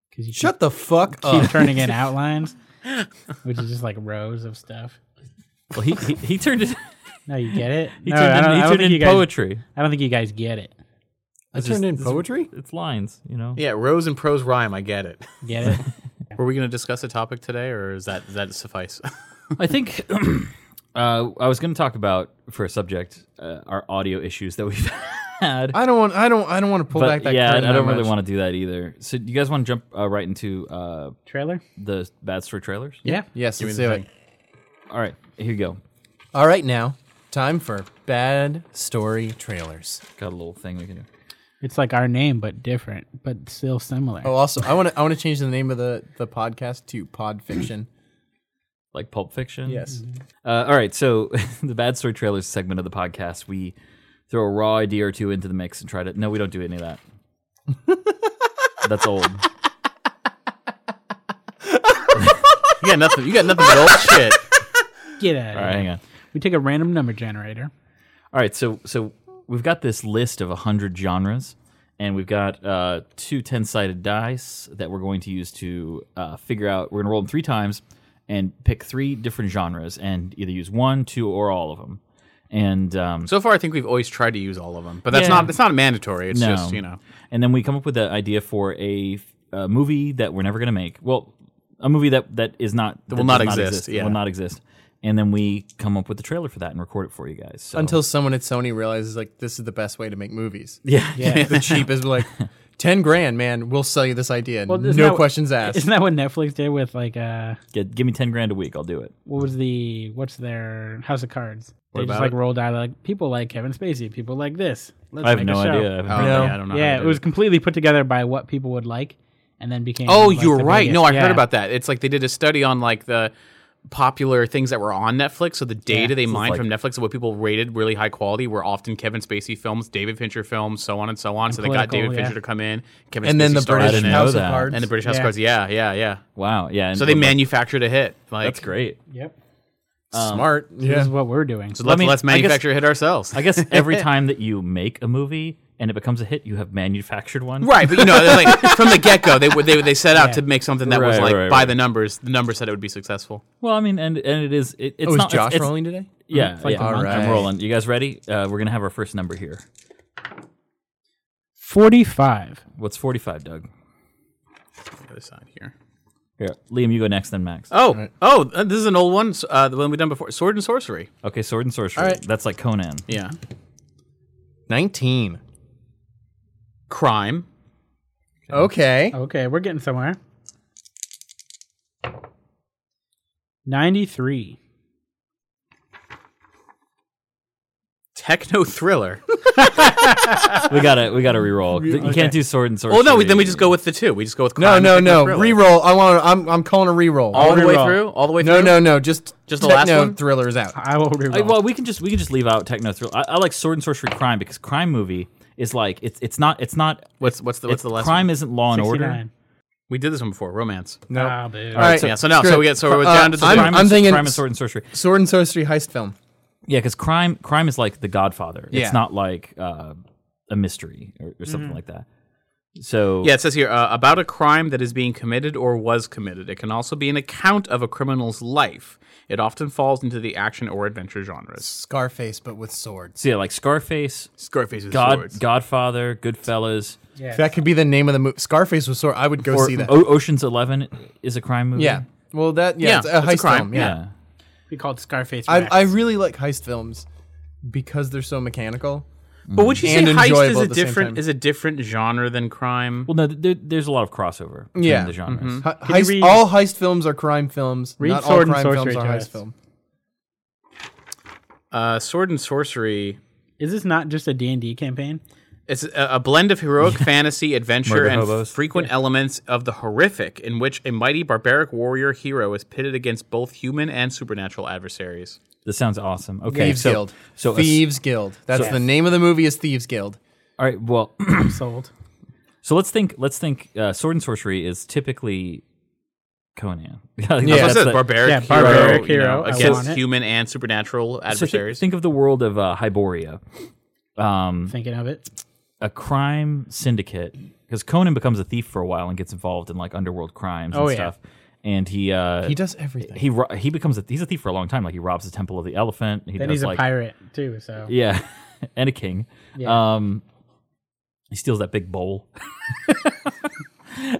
S4: Because you
S2: Shut the fuck
S4: keep,
S2: up.
S4: keep
S1: (laughs)
S4: turning in outlines, which is just like rows of stuff.
S1: Well, he he, he turned it.
S4: No, you get it?
S1: He
S4: (laughs) no,
S1: turned
S4: I
S1: in,
S4: don't,
S1: he
S4: I don't
S1: turned
S4: think
S1: in
S4: you guys,
S1: poetry.
S4: I don't think you guys get it.
S2: I turned in poetry.
S1: It's lines, you know.
S3: Yeah, rows and prose rhyme. I get it.
S4: Get it?
S3: Were we going to discuss a topic today, or is that does that suffice?
S1: I think (clears throat) uh, I was going to talk about for a subject uh, our audio issues that we've (laughs) had.
S2: (laughs) I don't want. I don't. I don't want to pull
S1: but
S2: back that.
S1: yeah,
S2: curtain
S1: I don't
S2: that
S1: really
S2: much.
S1: want to do that either. So, do you guys want to jump uh, right into uh,
S4: (laughs) Trailer?
S1: the bats for trailers?
S4: Yeah.
S2: Yes, let's do it.
S1: All right, here you go.
S2: All right, now time for bad story trailers.
S1: Got a little thing we can do.
S4: It's like our name, but different, but still similar.
S2: Oh, also, I want to. I want to change the name of the the podcast to
S3: (clears throat)
S2: Pod Fiction.
S1: Like Pulp Fiction. Uh, all right, so (laughs) the bad story trailers segment of the podcast, we throw a raw idea or two into the mix and try to. No, we don't do any of that. That's old.
S3: You got nothing. You got nothing
S1: (laughs)
S3: but old shit.
S4: Get out
S1: All right, hang on.
S4: We take a random number generator.
S1: All right, so so we've got this list of hundred genres, and we've got uh, two ten-sided dice that we're going to use to uh, figure out. We're going to roll them three times and pick three different genres, and either use one, two, or all of them. And um,
S3: So far, I think we've always tried to use all of them, but that's
S1: Yeah.
S3: not. It's not mandatory. It's
S1: No.
S3: just you know.
S1: And then we come up with the idea for a, f- a movie that we're never going to make. Well, a movie that that is not that
S3: will not
S1: does
S3: exist,
S1: that
S3: yeah.
S1: will not exist. And then we come up with the trailer for that and record it for you guys. So. (laughs)
S2: Until someone at Sony realizes like this is the best way to make
S3: (laughs)
S2: movies.
S1: yeah,
S2: Yeah. (laughs) the cheap is like ten grand, man. We'll sell you this idea.
S4: isn't
S2: no
S4: that-
S2: questions asked.
S4: Isn't that what Netflix did with like uh
S1: Get- give me ten grand a week, I'll do it.
S4: what was the what's their House of Cards?
S3: What
S4: they just
S3: about
S4: like
S3: it?
S4: rolled out like people like Kevin Spacey, people like this. Let's
S1: I have
S4: make
S1: no
S4: a show.
S1: idea. I haven't
S3: Oh,
S1: heard
S2: No.
S3: yeah, I don't know. how
S4: Yeah,
S3: to
S4: it
S3: do
S4: was completely put together by what people would like, and then became.
S3: Oh,
S4: like,
S3: you're
S4: the
S3: right.
S4: biggest-
S3: No, I
S4: yeah.
S3: heard about that. It's like they did a study on like the popular things that were on Netflix. So the data they mined
S1: like-
S3: from Netflix of what people rated really high quality were often Kevin Spacey films, David Fincher films, so on and so on. so they got
S4: political,
S3: David
S4: yeah.
S3: Fincher to come in, Kevin
S2: And then
S3: Spacey
S2: the
S3: started
S2: British
S3: in it,
S2: House of
S1: that.
S2: Cards.
S3: and the British House
S4: Yeah.
S3: Cards. Yeah, yeah, yeah.
S1: Wow, yeah. and-
S3: So they
S1: but, like, (laughs)
S3: manufactured a hit. Like
S1: That's great.
S4: Yep.
S2: smart.
S4: This
S2: Um, Yeah.
S4: is what we're doing.
S3: So let's,
S1: mean,
S3: let's
S1: I guess-
S3: manufacture a hit ourselves.
S1: I guess every time that you make a movie and it becomes a hit, you have manufactured one.
S3: Right, but you know, they're like from the get go, they, were- they they set out to make something that was
S1: Right,
S3: like
S1: right,
S3: by
S1: right.
S3: the numbers. The numbers said it would be successful.
S1: Well, I mean, and and it is. It, it's
S2: Oh, is
S1: not. it's-
S2: Josh
S1: it's-
S2: rolling today?
S1: Yeah,
S4: It's like
S1: yeah.
S4: a monkey.
S1: I'm rolling. You guys ready? Uh, we're gonna have our first number here.
S4: Forty-five.
S1: What's 45, Doug?
S3: Other side here.
S1: Here, Liam, you go next, then Max.
S3: Oh, oh, uh, this is an old one. s- Uh, the one we've done before, Sword and Sorcery.
S1: Okay, sword and sorcery.
S2: All right.
S1: That's like
S3: (laughs)
S1: Conan.
S3: Yeah,
S2: Nineteen.
S3: crime. Oh,
S2: Okay.
S4: Okay, we're getting somewhere. Ninety-three.
S3: Techno thriller.
S1: We gotta we gotta reroll. You can't do sword and sorcery.
S3: well, no, we, then we just go with the two. We just go with
S2: No,
S3: crime.
S2: no,
S3: and
S2: no.
S3: techno thriller.
S2: Reroll. I want. I'm. I'm calling a reroll.
S3: all the way
S4: Reroll.
S3: through. All the way
S2: no,
S3: through.
S2: no, no. Just
S3: Just the last
S2: techno
S3: one?
S2: Thrillers out.
S4: I will
S1: I,
S4: reroll.
S1: well, we can just we can just leave out techno thriller. I, I like sword and sorcery crime because crime movie is like it's it's not it's not
S3: What's what's the
S1: it's-
S3: what's the last
S1: crime
S3: One?
S1: isn't law and order.
S4: 69.
S3: We did this one before. Romance.
S2: No.
S4: Ah, boo.
S2: All right.
S3: yeah, so now-
S2: screw
S3: so
S2: it.
S3: we get- so we're
S2: Uh,
S3: down to the
S2: I'm,
S1: Crime
S2: I'm
S1: and,
S2: thinking
S1: crime and sword and sorcery.
S2: sword and sorcery heist film.
S1: Yeah, because crime crime is like The Godfather.
S2: Yeah.
S1: It's not like uh, a mystery or, or something like that. So
S3: Mm-hmm. Yeah, it says here uh, about a crime that is being committed or was committed. It can also be an account of a criminal's life. It often falls into the action or adventure genres.
S2: Scarface, but with swords.
S1: so yeah, like Scarface,
S3: Scarface with
S1: God,
S3: swords.
S1: Godfather, Goodfellas.
S2: That could be the name of the movie. Scarface with sword. I would go
S1: Or
S2: see that.
S1: O- Ocean's Eleven is a crime movie.
S2: yeah. Well, that yeah,
S3: Yeah,
S2: it's
S3: it's
S2: a
S3: a
S2: heist
S3: crime.
S2: film. Yeah.
S1: yeah.
S4: We called Scarface.
S2: I,
S4: Max.
S2: I really like heist films because they're so mechanical.
S3: But would you say
S2: Mm-hmm. And
S3: heist is
S2: enjoyable
S3: a
S2: at the same
S3: different
S2: time.
S3: is a different genre than crime?
S1: Well, no, th- there, there's a lot of crossover between
S2: Yeah. Mm-hmm.
S1: the genres.
S2: He-
S4: you
S2: heist,
S4: read-
S2: all heist films are crime films.
S4: Read
S2: Not
S4: Sword and
S2: all crime
S4: Sorcery
S2: films are
S4: to
S2: heist
S4: us.
S2: film.
S3: Uh, Sword and sorcery.
S4: Is this not just a D&D campaign?
S3: It's a, a blend of
S1: (laughs)
S3: heroic fantasy, adventure,
S1: Murder
S3: and
S1: hobos.
S3: frequent elements of the horrific, in which a mighty barbaric warrior hero is pitted against both human and supernatural adversaries.
S1: This sounds awesome. Okay,
S2: Thieves
S1: so,
S2: Guild.
S1: So uh, a s-
S2: Thieves Guild. That's the name of the movie. Is Thieves Guild.
S1: all right, well, (clears throat)
S4: I'm sold.
S1: so let's think. Let's think. Uh, sword and sorcery is typically Conan. (laughs)
S3: Yeah,
S1: that's
S3: that's a
S1: the-
S3: barbaric,
S4: Yeah,
S3: hero,
S4: barbaric
S3: you
S4: hero,
S3: know,
S4: I want
S3: against
S4: it.
S3: human and supernatural
S1: so thi-
S3: adversaries.
S1: think of the world of uh, Hyboria. Um,
S4: Thinking of it.
S1: a crime syndicate because Conan becomes a thief for a while and gets involved in like underworld crimes and
S4: Oh, yeah.
S1: stuff. And he uh,
S2: He does everything.
S1: he ro- he becomes a, he's a thief for a long time. Like he robs the temple of the elephant. He
S4: Then
S1: does
S4: he's
S1: like
S4: a pirate too, so
S1: yeah, (laughs) and a king.
S4: Yeah.
S1: Um, he steals that big bowl. (laughs)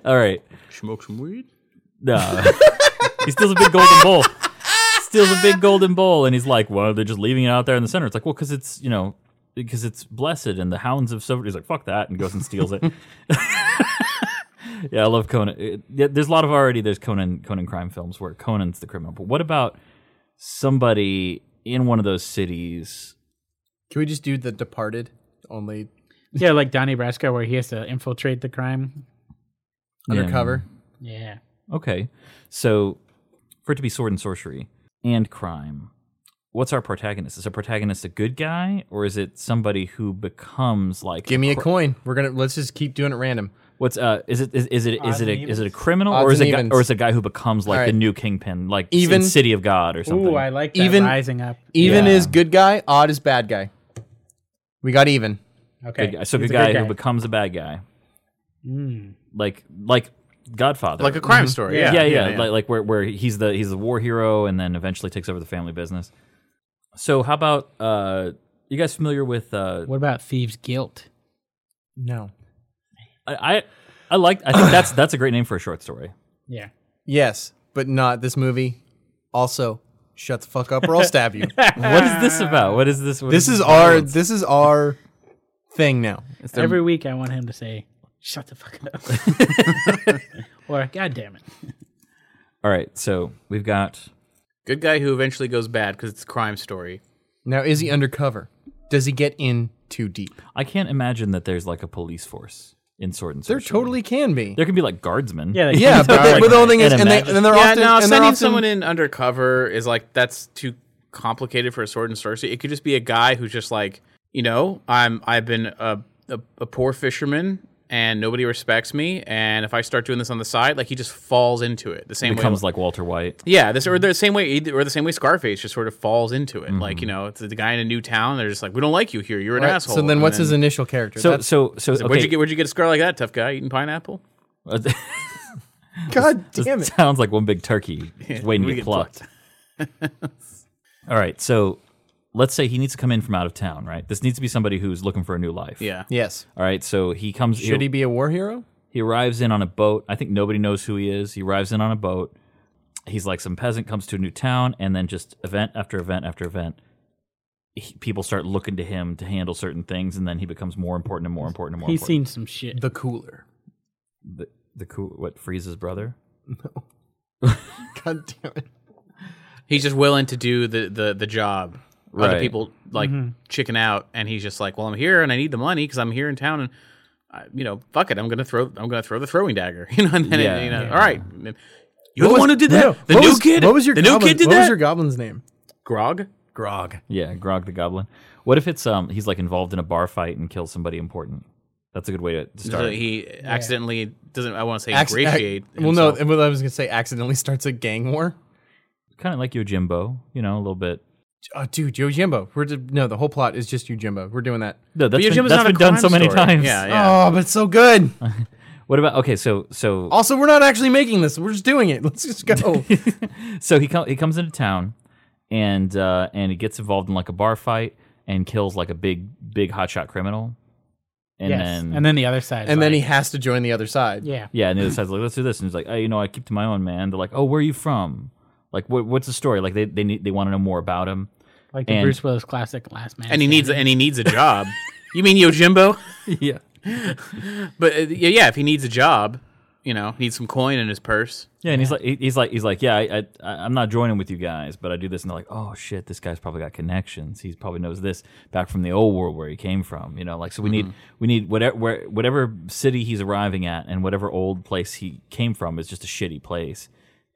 S1: All right,
S3: Smoke some weed.
S1: no, he steals a big golden bowl. Steals a big golden bowl, and he's like, "Well, they're just leaving it out there in the center." It's like, "Well, because it's you know, because it's blessed, and the hounds of so." He's like, "Fuck that," and goes and steals it. (laughs) yeah, I love Conan. It- yeah, there's a lot of already there's Conan Conan crime films where Conan's the criminal, but what about somebody in one of those cities?
S2: Can we just do the Departed? Only
S4: yeah, like Donnie Brasco, where he has to infiltrate the crime.
S1: Yeah.
S2: undercover.
S4: Yeah,
S1: Okay. So for it to be sword and sorcery and crime, what's our protagonist? Is our protagonist a good guy or is it somebody who becomes like
S2: Give me a
S1: cri-
S2: coin. We're gonna let's just keep doing it random.
S1: What's uh is it is, is it is
S4: Odds
S1: it
S4: and
S1: a,
S4: evens.
S1: is it a criminal or
S2: Odds
S1: is it
S2: and
S1: a guy,
S2: evens.
S1: or is it a guy who becomes like
S2: All
S1: the
S2: right.
S1: new kingpin like
S2: Even-
S1: in City of God or something?
S4: ooh, I like that
S2: Even-
S4: rising up.
S2: Even
S1: Yeah.
S2: is good guy. Odd is bad guy. We got even.
S4: Okay,
S1: Good guy. So
S4: he's
S1: good
S4: a
S1: guy, who becomes a bad guy.
S4: Mm.
S1: Like like Godfather.
S3: Like a crime story.
S1: Mm-hmm. yeah,
S3: Yeah,
S1: yeah, Like, like where where he's the he's the war hero and then eventually takes over the family business. So how about uh you guys familiar with uh
S4: What about thieves' guilt?
S2: No.
S1: I I, I like I think that's that's a great name for a short story.
S4: Yeah,
S2: Yes, but not this movie. Also, shut the fuck up or
S1: (laughs)
S2: I'll stab you.
S1: What is this about? What is this? what
S2: this is our this is our thing now. It's their-
S4: every week I want him to say, "Shut the fuck up," (laughs) or "God damn it."
S1: all right. So we've got
S3: Good guy who eventually goes bad because it's a crime story.
S2: now is he undercover? Does he get in too deep?
S1: I can't imagine that there's like a police force in Sword and
S2: There
S1: Sorcery.
S2: totally can be.
S1: there can be like guardsmen.
S4: Yeah,
S1: (laughs)
S4: like,
S2: (laughs) Yeah, but, the, but the only thing is,
S1: And
S2: and, they,
S1: imagine-
S2: and they're
S3: yeah,
S2: often
S3: no,
S2: and they're
S3: sending
S2: often-
S3: someone in undercover is like that's too complicated for a sword and sorcery. It could just be a guy who's just like, you know, I'm I've been a a, a poor fisherman and nobody respects me, and if I start doing this on the side, like he just falls into it. The same
S1: becomes
S3: way.
S1: like Walter White.
S3: Yeah, this or the same way, or the same way Scarface just sort of falls into it.
S2: Mm-hmm.
S3: Like you know, it's the guy in a new town. They're just like, we don't like you here. You're an
S2: Right,
S3: asshole.
S2: So then,
S3: And
S2: what's his initial character?
S1: So
S2: That's-
S1: so so okay.
S3: Where'd you get? Where'd you get a scar like that, tough guy? Eating pineapple?
S1: (laughs)
S2: God
S1: This
S2: (laughs) damn it!
S1: Sounds like one big turkey just waiting to
S3: we
S1: get
S3: get
S1: plucked. (laughs) All right, so let's say he needs to come in from out of town, right? This needs to be somebody who's looking for a new life.
S3: Yeah.
S2: Yes.
S1: All right, so he comes.
S2: Should he be a war hero?
S1: He arrives in on a boat. I think nobody knows who he is. He arrives in on a boat. He's like some peasant comes to a new town, and then just event after event after event, he, people start looking to him to handle certain things, and then he becomes more important and more important and more
S4: he's
S1: important.
S4: seen some shit.
S2: The cooler.
S1: the, the cool what Frieza's brother.
S2: God damn it!
S3: He's just willing to do the the, the job.
S1: Right.
S3: Other people like
S2: Mm-hmm.
S3: chicken out, and he's just like, well, I'm here and I need the money because I'm here in town, and I, you know, fuck it, I'm gonna throw, I'm gonna throw the throwing dagger, (laughs) you know, and then
S1: Yeah.
S3: you know,
S1: Yeah.
S3: all right. And then, You're the one who did that.
S2: No,
S3: The
S2: what
S3: new
S2: was-
S3: kid.
S2: What was your
S3: the
S2: goblin-
S3: new kid did
S2: What
S3: that?
S2: was your goblin's name?
S3: Grog.
S2: Grog.
S1: Yeah, Grog the Goblin. What if it's um he's like involved in a bar fight and kills somebody important? That's a good way to start.
S3: So he accidentally doesn't. I want to say
S2: Acc-
S3: ingratiate.
S2: ac- well, no,
S3: himself.
S2: well, I was gonna say accidentally (laughs) starts a gang war.
S1: Kind of like Yojimbo, you know, a little bit.
S2: Oh, dude, Yo Jimbo. We're di- no, the whole plot is just Yo Jimbo. We're doing that.
S1: No, that's been,
S3: But Yojimbo's
S1: that's
S3: not a
S1: been done so
S3: crime
S1: many
S3: story.
S1: times.
S3: Yeah, yeah.
S2: Oh, but it's so good.
S1: What about okay? So so
S2: Also, we're not actually making this. We're just doing it. (laughs) Let's
S3: (laughs)
S2: just go.
S1: so he com- he comes into town and uh, and he gets involved in like a bar fight and kills like a big big hotshot criminal. And
S4: yes,
S1: then
S4: and then the other side.
S2: and then he has to join the other side.
S4: yeah,
S1: yeah, and the other side's like, let's do this. And he's like, hey, you know, I keep to my own man. They're like, oh, where are you from? Like, what, what's the story? Like, they they need, they want to know more about him.
S4: like the
S1: and-
S4: Bruce Willis classic Last Man.
S3: and he needs
S4: Standing.
S3: and he needs a
S2: (laughs)
S3: job. you mean Yojimbo?
S1: yeah,
S3: But uh, yeah, yeah, if he needs a job, you know, needs some coin in his purse.
S1: Yeah, and he's like, he- he's like, he's like, yeah, I, I, I- I'm not joining with you guys, but I do this, and they're like, oh shit, this guy's probably got connections. He probably knows this back from the old world where he came from, you know. Like, so we need, we need whatever, where, whatever city he's arriving at, and whatever old place he came from is just a shitty place,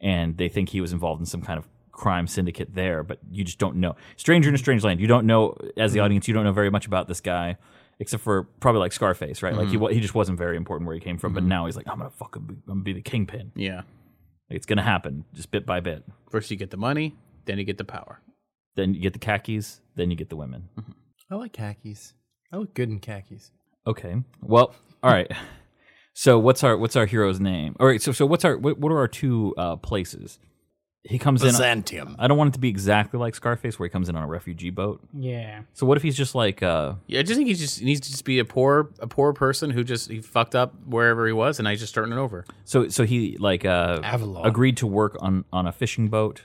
S1: and they think he was involved in some kind of crime syndicate there, but you just don't know. Stranger in a strange land, you don't know as the audience, you don't know very much about this guy. Except for probably like Scarface, right? Like he wa- he just wasn't very important where he came from, but now he's like, I'm gonna fucking be, I'm gonna be the kingpin.
S3: Yeah.
S1: It's going to happen just bit by bit.
S3: First you get the money, then you get the power.
S1: Then you get the khakis, then you get the women.
S2: I like khakis. I look good in khakis.
S1: Okay. Well, all right. So what's our what's our hero's name? All right. So so what's our what, what are our two uh, places? He comes in.
S2: Byzantium.
S1: I don't want it to be exactly like Scarface, where he comes in on a refugee boat.
S4: Yeah.
S1: So what if he's just like uh,
S3: Yeah, I just think he just needs to just be a poor a poor person who just he fucked up wherever he was, and now he's just starting it over.
S1: So so he like uh
S2: Avalon.
S1: agreed to work on on a fishing boat.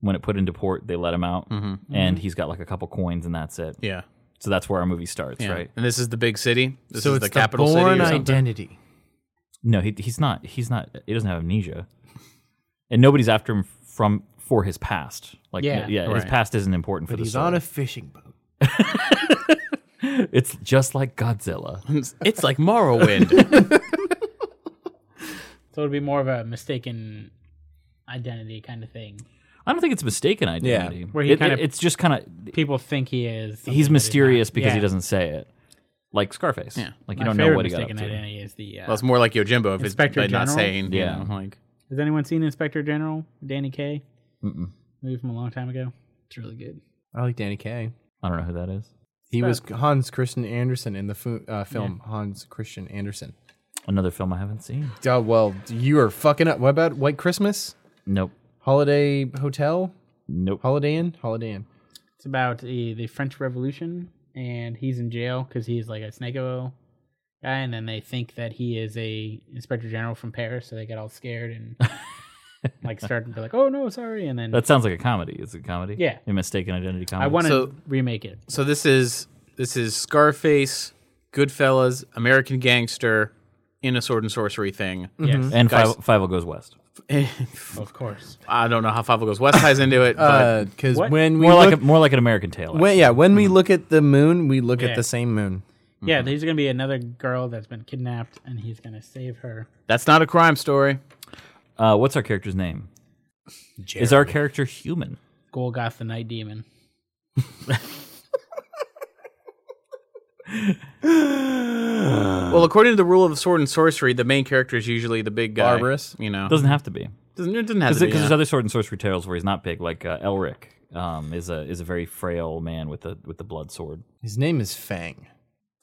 S1: When it put into port, they let him out, and he's got like a couple coins, and that's it.
S3: Yeah,
S1: So that's where our movie starts,
S3: yeah.
S1: right?
S3: And this is the big city. This
S2: so
S3: is
S2: it's
S3: the capital city.
S2: born
S3: Or something.
S2: identity.
S1: No, he, he's not. He's not. He doesn't have amnesia, and nobody's after him from for his past. Like
S4: Yeah.
S1: yeah, his
S3: Right.
S1: past isn't important for
S2: But
S1: the
S2: he's
S1: story.
S2: on a fishing boat.
S1: (laughs) It's just like Godzilla.
S3: (laughs) It's like
S2: (laughs)
S3: Morrowind.
S4: So it'd be more of a mistaken identity kind of thing.
S1: I don't think it's mistaken identity.
S4: Where he
S1: It-
S4: kinda-
S1: it- it's just kind of
S4: People think he is. something
S1: he's
S4: that
S1: mysterious
S4: not.
S1: because he
S4: Yeah.
S1: doesn't say it, like Scarface.
S3: Yeah.
S1: like
S4: My
S1: you don't know
S4: favorite
S1: what he got up
S4: mistaken
S1: to.
S4: identity is the. Uh,
S3: well, it's more like Yojimbo if
S4: Inspector
S3: it's by not
S4: General?
S3: saying.
S1: Yeah.
S3: Yeah, you know, like
S4: has anyone seen Inspector General Danny Kaye? Mm-mm. Movie from a long time ago. It's really good.
S2: I like Danny Kaye.
S1: I don't know who that is.
S2: He was Hans Christian Andersen in the fu- uh, film Hans Christian Andersen.
S1: Another film I haven't seen.
S2: Oh, well, you are fucking up. What about White Christmas?
S1: Nope.
S2: Holiday Hotel?
S1: Nope.
S2: Holiday Inn? Holiday Inn.
S4: It's about the, the French Revolution, and he's in jail because he's like a snake oil guy, and then they think that he is a inspector general from Paris, so they get all scared and
S1: (laughs)
S4: like start to be like, "Oh no, sorry!" And then
S1: That sounds like a comedy. Is it a comedy?
S4: Yeah.
S1: A mistaken identity comedy.
S4: I want to
S3: So-
S4: remake it.
S3: so this is this is Scarface, Goodfellas, American Gangster, in a sword and sorcery thing. Mm-hmm.
S4: Yes,
S1: And
S3: Guys-
S1: Five Five Goes West.
S4: of course.
S3: I don't know how Five Goes West ties into
S2: Uh,
S3: it, but
S2: Because
S4: What?
S2: when we
S1: More like
S2: look,
S1: a, more like an American Tale.
S2: when, yeah, when we look at the moon, we look
S4: Yeah.
S2: at the same moon.
S1: Mm-hmm.
S4: Yeah, there's gonna be another girl that's been kidnapped, and he's gonna save her.
S3: that's not a crime story.
S1: Uh, what's our character's name? Is our character human?
S4: Golgoth the Night Demon.
S3: Well, according to the rule of sword and sorcery, the main character is usually the big guy.
S2: Barbarous.
S3: you know.
S1: Doesn't have to be
S3: Doesn't, it doesn't have
S1: because
S3: to be.
S1: there's
S3: yeah.
S1: other sword and sorcery tales where he's not big, like uh, Elric. Um, is a is a very frail man with the with the blood sword.
S2: His name is Fang.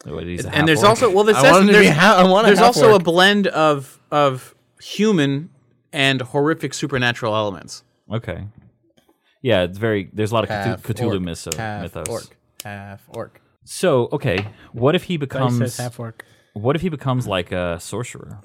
S1: So he's a
S3: and there's
S1: half-orc.
S3: also well, this
S2: I
S3: says
S2: wanted to
S3: there's,
S2: be ha- I want a
S3: there's also a
S2: half-orc.
S3: blend of of human and horrific supernatural elements.
S1: okay. Yeah, it's very. There's a lot of Cthul-
S2: Half
S1: Cthulhu
S2: orc,
S1: mytho-
S2: half
S1: mythos.
S2: Orc. Half orc.
S1: So okay, what if he
S4: Dice
S1: becomes
S4: says half orc.
S1: What if he becomes like a sorcerer?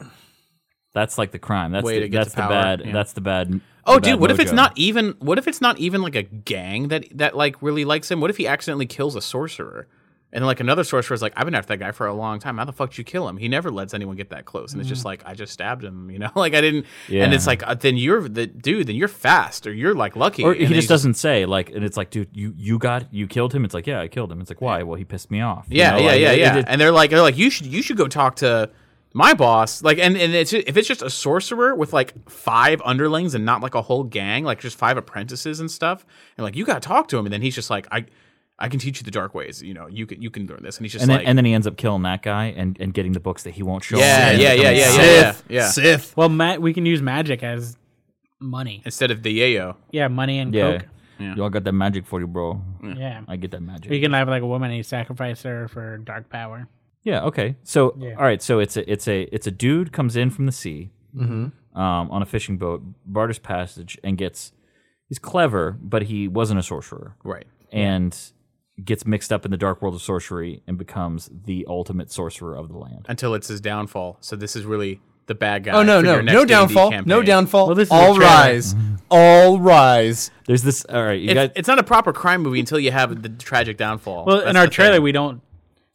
S1: That's like the crime. That's
S3: Way
S1: the,
S3: to get
S1: that's
S3: the
S1: the
S3: power,
S1: bad.
S3: yeah.
S1: That's the bad.
S3: Oh,
S1: the bad
S3: dude, what if it's
S1: mojo.
S3: not even? What if it's not even like a gang that that like really likes him? What if he accidentally kills a sorcerer, and then like another sorcerer's like, I've been after that guy for a long time. How the fuck did you kill him? He never lets anyone get that close, and it's just like I just stabbed him, (laughs) you know? Like I didn't.
S1: Yeah.
S3: And it's like uh, then you're the dude. Then you're fast, or you're like lucky,
S1: Or
S3: and
S1: he
S3: then
S1: just doesn't say like, and it's like, dude, you you got you killed him. It's like, yeah, I killed him. It's like, why? Well, he pissed me off. You
S3: Yeah,
S1: know,
S3: yeah,
S1: like,
S3: yeah,
S1: it-
S3: yeah.
S1: it-
S3: and they're like, they're like, you should, you should go talk to my boss. Like, and and it's if it's just a sorcerer with like five underlings and not like a whole gang, like just five apprentices and stuff. And like, you got to talk to him. And then he's just like, I, I can teach you the dark ways. You know, you can you can learn this. And he's just
S1: and then,
S3: like,
S1: and then he ends up killing that guy and, and getting the books that he won't show.
S3: yeah,
S1: him.
S3: yeah, yeah, yeah, yeah, yeah, yeah,
S2: Sith. Sith.
S4: Well, Matt, we can use magic as money.
S3: Instead of the yayo,
S4: Yeah, money and
S1: yeah.
S4: coke.
S1: You all got that magic for you, bro.
S4: Yeah.
S1: I get that magic.
S4: You can have like a woman and you sacrifice her for dark power.
S1: Yeah. Okay. So all right. So it's a it's a it's a dude comes in from the sea um, on a fishing boat, barters passage, and gets he's clever, but he wasn't a sorcerer,
S3: right?
S1: and gets mixed up in the dark world of sorcery and becomes the ultimate sorcerer of the land.
S3: Until it's his downfall. So this is really the bad guy.
S2: Oh no
S3: for
S2: no
S3: your next
S2: no
S3: D&D
S2: downfall no
S3: campaign.
S2: downfall.
S4: Well, this is a
S2: All
S4: trailer.
S2: rise. All rise.
S1: There's this. All right. You
S3: It's,
S1: guys.
S3: it's not a proper crime movie until you have the tragic downfall.
S4: Well, in
S3: That's
S4: our
S3: the thing.
S4: trailer, we don't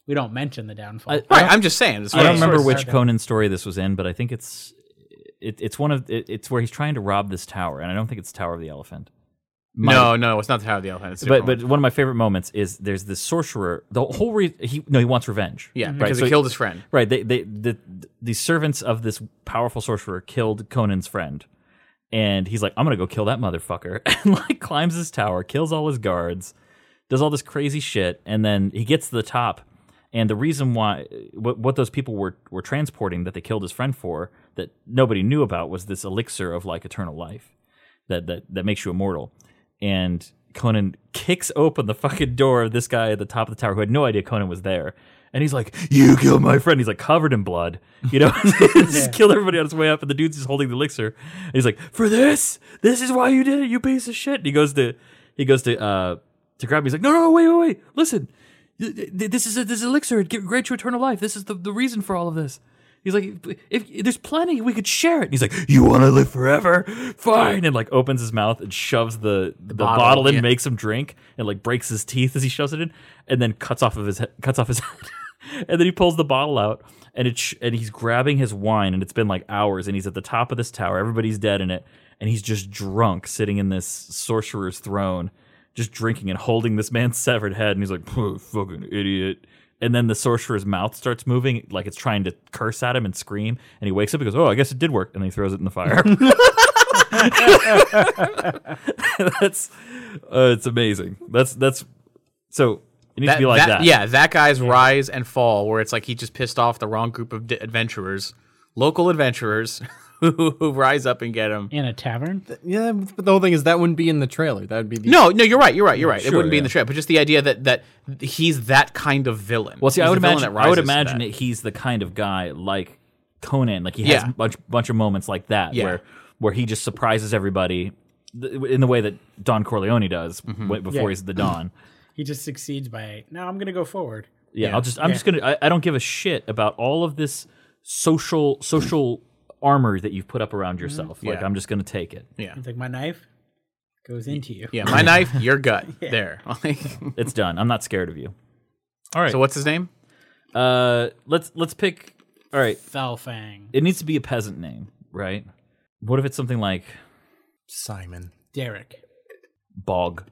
S4: we don't mention the downfall.
S3: right? I'm just saying.
S1: I don't remember
S4: sorcerer
S1: which
S4: down.
S1: Conan story this was in, but I think it's it, it's one of it, it's where he's trying to rob this tower, and I don't think it's Tower of the Elephant.
S3: No, no, it's not the Tower of the Elephant. It's a
S1: But
S3: different
S1: but one of my favorite moments is there's this sorcerer. The whole reason he no he wants revenge.
S3: Yeah,
S1: Mm-hmm. Right,
S3: because
S1: so-
S3: he killed his friend.
S1: Right. They, they, the, the servants of this powerful sorcerer killed Conan's friend. And he's like, I'm going to go kill that motherfucker. (laughs) And like climbs his tower, kills all his guards, does all this crazy shit. And then he gets to the top And the reason why what, what those people were were transporting that they killed his friend for that nobody knew about was this elixir of like eternal life that that that makes you immortal. And Conan kicks open the fucking door of this guy at the top of the tower who had no idea Conan was there. And he's like, "You killed my friend." He's like covered in blood, you know, (laughs) just killed everybody on his way up. And the dude's just holding the elixir. And he's like, "For this, this is why you did it, you piece of shit." And he goes to, he goes to, uh, to grab me. He's like, "No, no, no, wait, wait, wait, listen. Th- th- This is a, this is elixir. It gi- grants you eternal life. This is the, the reason for all of this." He's like, if, if there's plenty, we could share it. And he's like, you want to live forever? Fine. And like opens his mouth and shoves the, the, bottle,
S3: bottle,
S1: in,
S3: yeah.
S1: makes him drink, and like breaks his teeth as he shoves it in, and then cuts off of his he- cuts off his (laughs) head. and then he pulls the bottle out, and it's sh- and he's grabbing his wine, and it's been like hours, and he's at the top of this tower. Everybody's dead in it, and he's just drunk, sitting in this sorcerer's throne, just drinking and holding this man's (laughs) severed head, and he's like, "Phew, fucking idiot. And then the sorcerer's mouth starts moving, like it's trying to curse at him and scream. And he wakes up and goes, "Oh, I guess it did work." And then he throws it in the fire. (laughs) that's uh, it's amazing. That's that's so it needs to be like that.
S3: Yeah, that guy's rise and fall, where it's like he just pissed off the wrong group of d- adventurers, local adventurers, (laughs) who rise up and get him.
S4: in a tavern.
S2: Yeah, but the whole thing is that wouldn't be in the trailer. That would be the
S3: No, no, you're right. You're right. You're right. it
S1: sure,
S3: wouldn't be in
S1: yeah.
S3: the trailer, but just the idea that that he's that kind of villain.
S1: Well, see,
S3: He's
S1: I would
S3: the villain
S1: imagine
S3: that
S1: I would
S3: rises to
S1: imagine
S3: that.
S1: that he's the kind of guy like Conan, like he has
S3: Yeah.
S1: bunch bunch of moments like that
S3: Yeah.
S1: where where he just surprises everybody th- in the way that Don Corleone does w- before
S4: Yeah.
S1: he's the (clears throat) Don.
S4: He just succeeds by no. I'm gonna go forward.
S1: Yeah, I'll just I'm just gonna I, I don't give a shit about all of this social social armor that you've put up around yourself. Like
S3: Yeah.
S1: I'm just gonna take it.
S4: It's like my knife goes into you.
S3: Yeah, my knife, your gut. There. (laughs)
S1: It's done. I'm not scared of you. All right.
S3: so what's his name?
S1: uh let's let's pick all right.
S4: Falfang,
S1: It needs to be a peasant name, right? What if it's something like
S2: Simon
S4: Derek,
S1: Bog?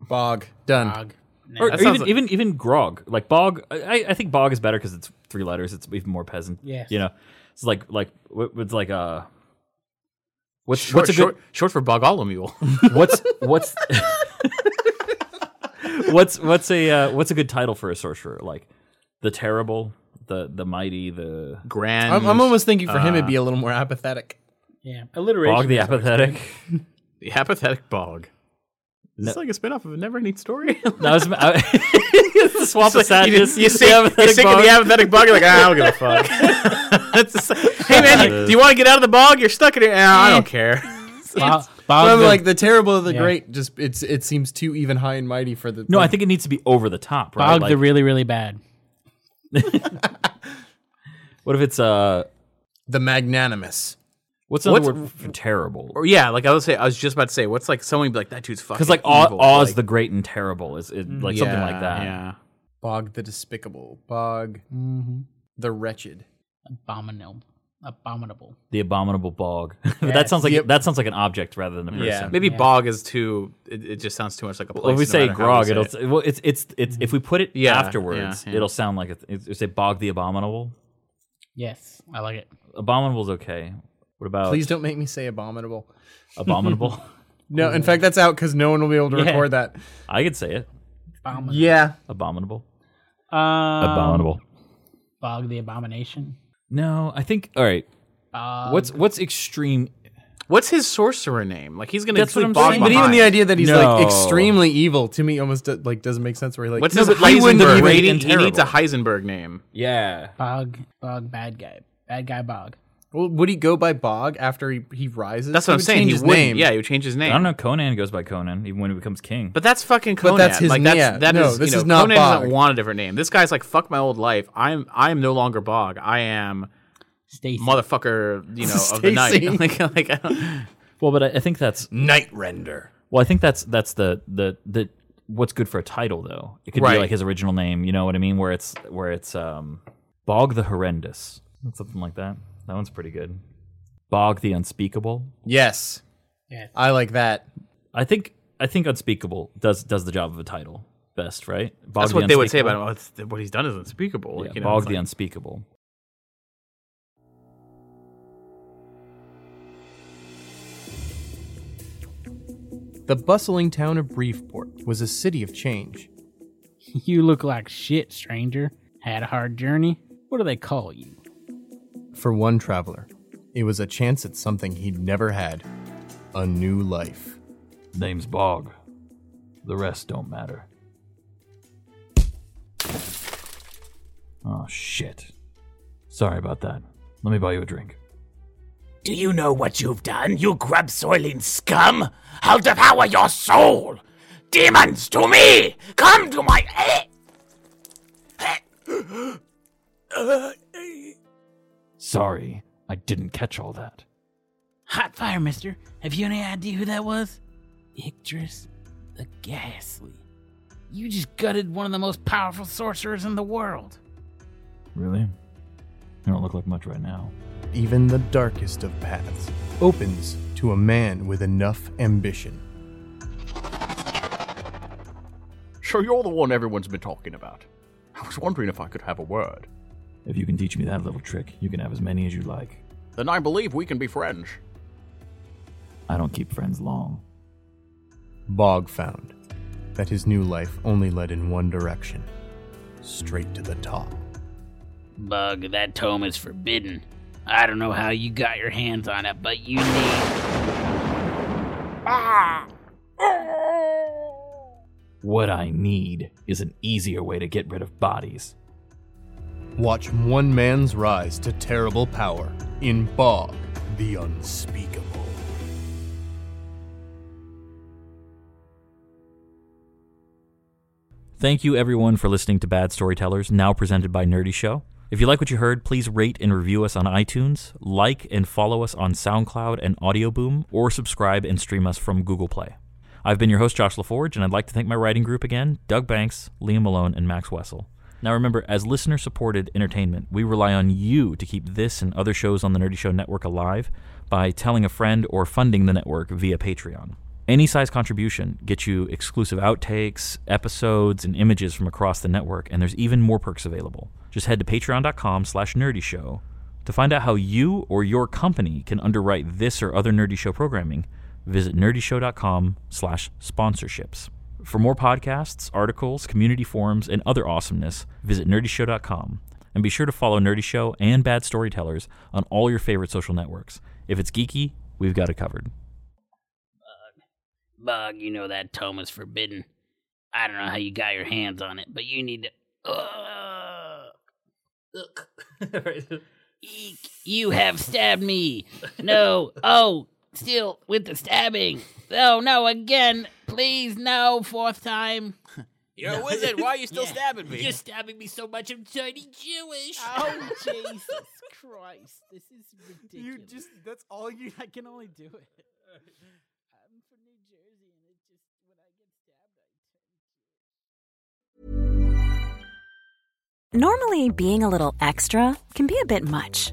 S2: Bog done.
S4: Og.
S1: Or,
S3: That
S1: or even,
S3: sounds like-
S1: even even grog like bog. I, I think bog is better because it's three letters. It's even more peasant.
S4: Yes.
S1: you know, it's like like what- what's like uh, what's
S3: Short,
S1: what's a
S3: short,
S1: good
S3: short for Bogolomule.
S1: (laughs)
S3: (laughs)
S1: what's what's (laughs) what's what's a uh, what's a good title for a sorcerer? Like the terrible, the the mighty, the
S3: Grand.
S2: I'm, I'm almost thinking for him it'd be
S3: Uh.
S2: a little more apathetic.
S4: Yeah, alliteration.
S1: bog, the apathetic.
S3: the apathetic bog. Is this like a spin off of a never ending story? (laughs)
S1: No, I was, I, (laughs) the swamp of sadness.
S3: You, you
S1: the
S3: sink, you
S1: apathetic
S3: sink in
S1: bog.
S3: the apathetic bog. You're like, ah,
S1: (laughs)
S3: I don't give a fuck. It's just like, hey man,
S1: Uh,
S3: you- do you want to get out of the bog? You're stuck in it. Ah, I don't care.
S4: Bog,
S2: Eh. (laughs) But
S4: Bog
S2: I'm
S4: the-
S2: like the terrible of the
S4: Yeah.
S2: great. Just it's it seems too even high and mighty for the.
S1: no, I
S2: like,
S1: think it needs to be over the top. Right?
S4: Bog the
S1: Like,
S4: really really bad.
S1: what if it's uh,
S2: the magnanimous.
S1: what's another
S3: What's-
S1: word for terrible?
S3: Or yeah, like I was say, I was just about to say, what's like someone be like that dude's fucking
S1: because like Oz,
S3: evil.
S1: Oz
S3: like,
S1: the Great and Terrible is it, like something like that.
S3: Yeah.
S2: Bog the despicable. Bog mm-hmm. the wretched.
S4: Abominable. Abominable.
S1: The Abominable Bog. (laughs) but that sounds like
S2: Yep.
S1: that sounds like an object rather than a person.
S3: Yeah, maybe bog is too. It, it just sounds too much like a place.
S1: Well, if we
S3: no
S1: say
S3: matter how we
S1: grog,
S3: say
S1: it'll
S3: it.
S1: well, it's it's it's if we put it
S3: Yeah,
S1: afterwards,
S3: yeah, yeah.
S1: it'll sound like it's, it's say bog the abominable.
S4: Yes, I like it.
S1: Abominable's okay. What about
S2: Please don't make me say abominable.
S3: (laughs)
S1: abominable?
S2: No, in fact that's out because no one will be able to
S4: Yeah.
S2: record that.
S1: I could say it.
S4: Abominable.
S2: Yeah.
S1: Abominable.
S4: Um,
S1: abominable.
S4: Bog the abomination.
S1: No, I think all right.
S4: Bog.
S1: What's what's extreme?
S3: What's his sorcerer name? Like he's gonna
S1: That's what
S3: include
S1: I'm
S3: bog
S1: saying.
S2: But even
S3: behind.
S2: the idea that he's
S1: No.
S2: like extremely evil to me almost do- like doesn't make sense. Where he like
S3: What's
S2: no,
S3: his
S2: but he wouldn't have
S3: Heisenberg?
S2: even-
S1: Great
S3: He,
S1: and
S3: need- he needs a
S1: terrible.
S3: Heisenberg name.
S1: Yeah.
S4: Bog. Bog. Bad guy. Bad guy. Bog.
S2: Well, would he go by Bog after he, he rises?
S3: That's what
S2: He
S3: I'm
S2: would
S3: saying.
S2: change
S3: He
S2: his
S3: wouldn't.
S2: name.
S3: Yeah, he would change his name.
S1: I don't know. Conan goes by Conan even when he becomes king.
S3: But that's fucking Conan.
S2: that's his
S3: like, that's,
S2: name.
S3: that
S2: No,
S3: is-
S2: this
S3: you know,
S2: is not
S3: Conan
S2: Bog.
S3: doesn't want a different name. This guy's like, fuck my old life. I'm I am no longer Bog. I am
S4: Stacy. (laughs)
S3: motherfucker. You know of the
S2: (laughs) Stacy.
S3: night. (laughs) like, like, I don't-
S1: well, but I, I think that's
S2: Night Render.
S1: Well, I think that's that's the the the what's good for a title though. It could be
S3: Right.
S1: like his original name, you know what I mean? Where it's where it's um Bog the Horrendous. Something like that. That one's pretty good. Bog the Unspeakable.
S2: Yes.
S4: Yeah.
S2: I like that.
S1: I think I think Unspeakable does does the job of a title best, right? Bog
S3: that's
S1: the
S3: what they would say
S1: Unspeakable.
S3: about him. Oh, it's- what he's done is unspeakable.
S1: Yeah,
S3: like, you know,
S1: Bog
S3: it's
S1: the
S3: like-
S1: Unspeakable.
S2: The bustling town of Briefport was a city of change.
S4: You look like shit, stranger.
S5: Had a hard journey. What do they call you?
S2: For one traveler, it was a chance at something he'd never had a new life.
S1: Name's Bog. The rest don't matter. Oh, shit. Sorry about that. Let me buy you a drink.
S6: Do you know what you've done, you grub soiling scum? I'll devour your soul! Demons, to me! Come to my aid!
S1: Sorry, I didn't catch all that.
S5: Hot fire, mister. Have you any idea who that was? Ictris the Ghastly. You just gutted one of the most powerful sorcerers in the world.
S1: Really? You don't look like much right now.
S2: Even the darkest of paths opens to a man with enough ambition.
S3: So you're the one everyone's been talking about. I was wondering if I could have a word.
S1: If you can teach me that little trick, you can have as many as you like.
S3: Then I believe we can be friends.
S1: I don't keep friends long.
S2: Bog found that his new life only led in one direction straight to the top.
S4: Bug, that tome is forbidden. I don't know how you got your hands on it, but you need.
S1: What I need is an easier way to get rid of bodies.
S2: Watch one man's rise to terrible power in Bog the Unspeakable.
S7: Thank you, everyone, for listening to Bad Storytellers, now presented by Nerdy Show. If you like what you heard, please rate and review us on iTunes, like and follow us on SoundCloud and Audioboom, or subscribe and stream us from Google Play. I've been your host, Josh LaForge, and I'd like to thank my writing group again Doug Banks, Liam Malone, and Max Wessel. Now remember, as listener supported entertainment, we rely on you to keep this and other shows on the Nerdy Show Network alive by telling a friend or funding the network via Patreon. Any size contribution gets you exclusive outtakes, episodes, and images from across the network, and there's even more perks available. Just head to patreon.com slash nerdyshow to find out how you or your company can underwrite this or other Nerdy Show programming. Visit nerdyshow.com slash sponsorships. For more podcasts, articles, community forums, and other awesomeness, visit nerdyshow.com. And be sure to follow Nerdy Show and Bad Storytellers on all your favorite social networks. If it's geeky, we've got it covered.
S4: Bug, you know that tome is forbidden. I don't know how you got your hands on it, but you need to. Ugh.
S6: (laughs)
S5: Right.
S4: Eek, you have stabbed me.
S6: (laughs)
S4: No. Oh, still with the stabbing. Oh, no, again. Please, no, fourth time.
S6: (laughs) You're a wizard, why are
S4: (laughs)
S6: you still stabbing me?
S4: You're stabbing me so much, I'm tiny Jewish. (laughs)
S5: Oh, Jesus Christ. This is ridiculous.
S2: that's all you
S5: I can only do it. I'm from New Jersey, and it's just when I get stabbed, I turn.
S8: Normally, being a little extra can be a bit much,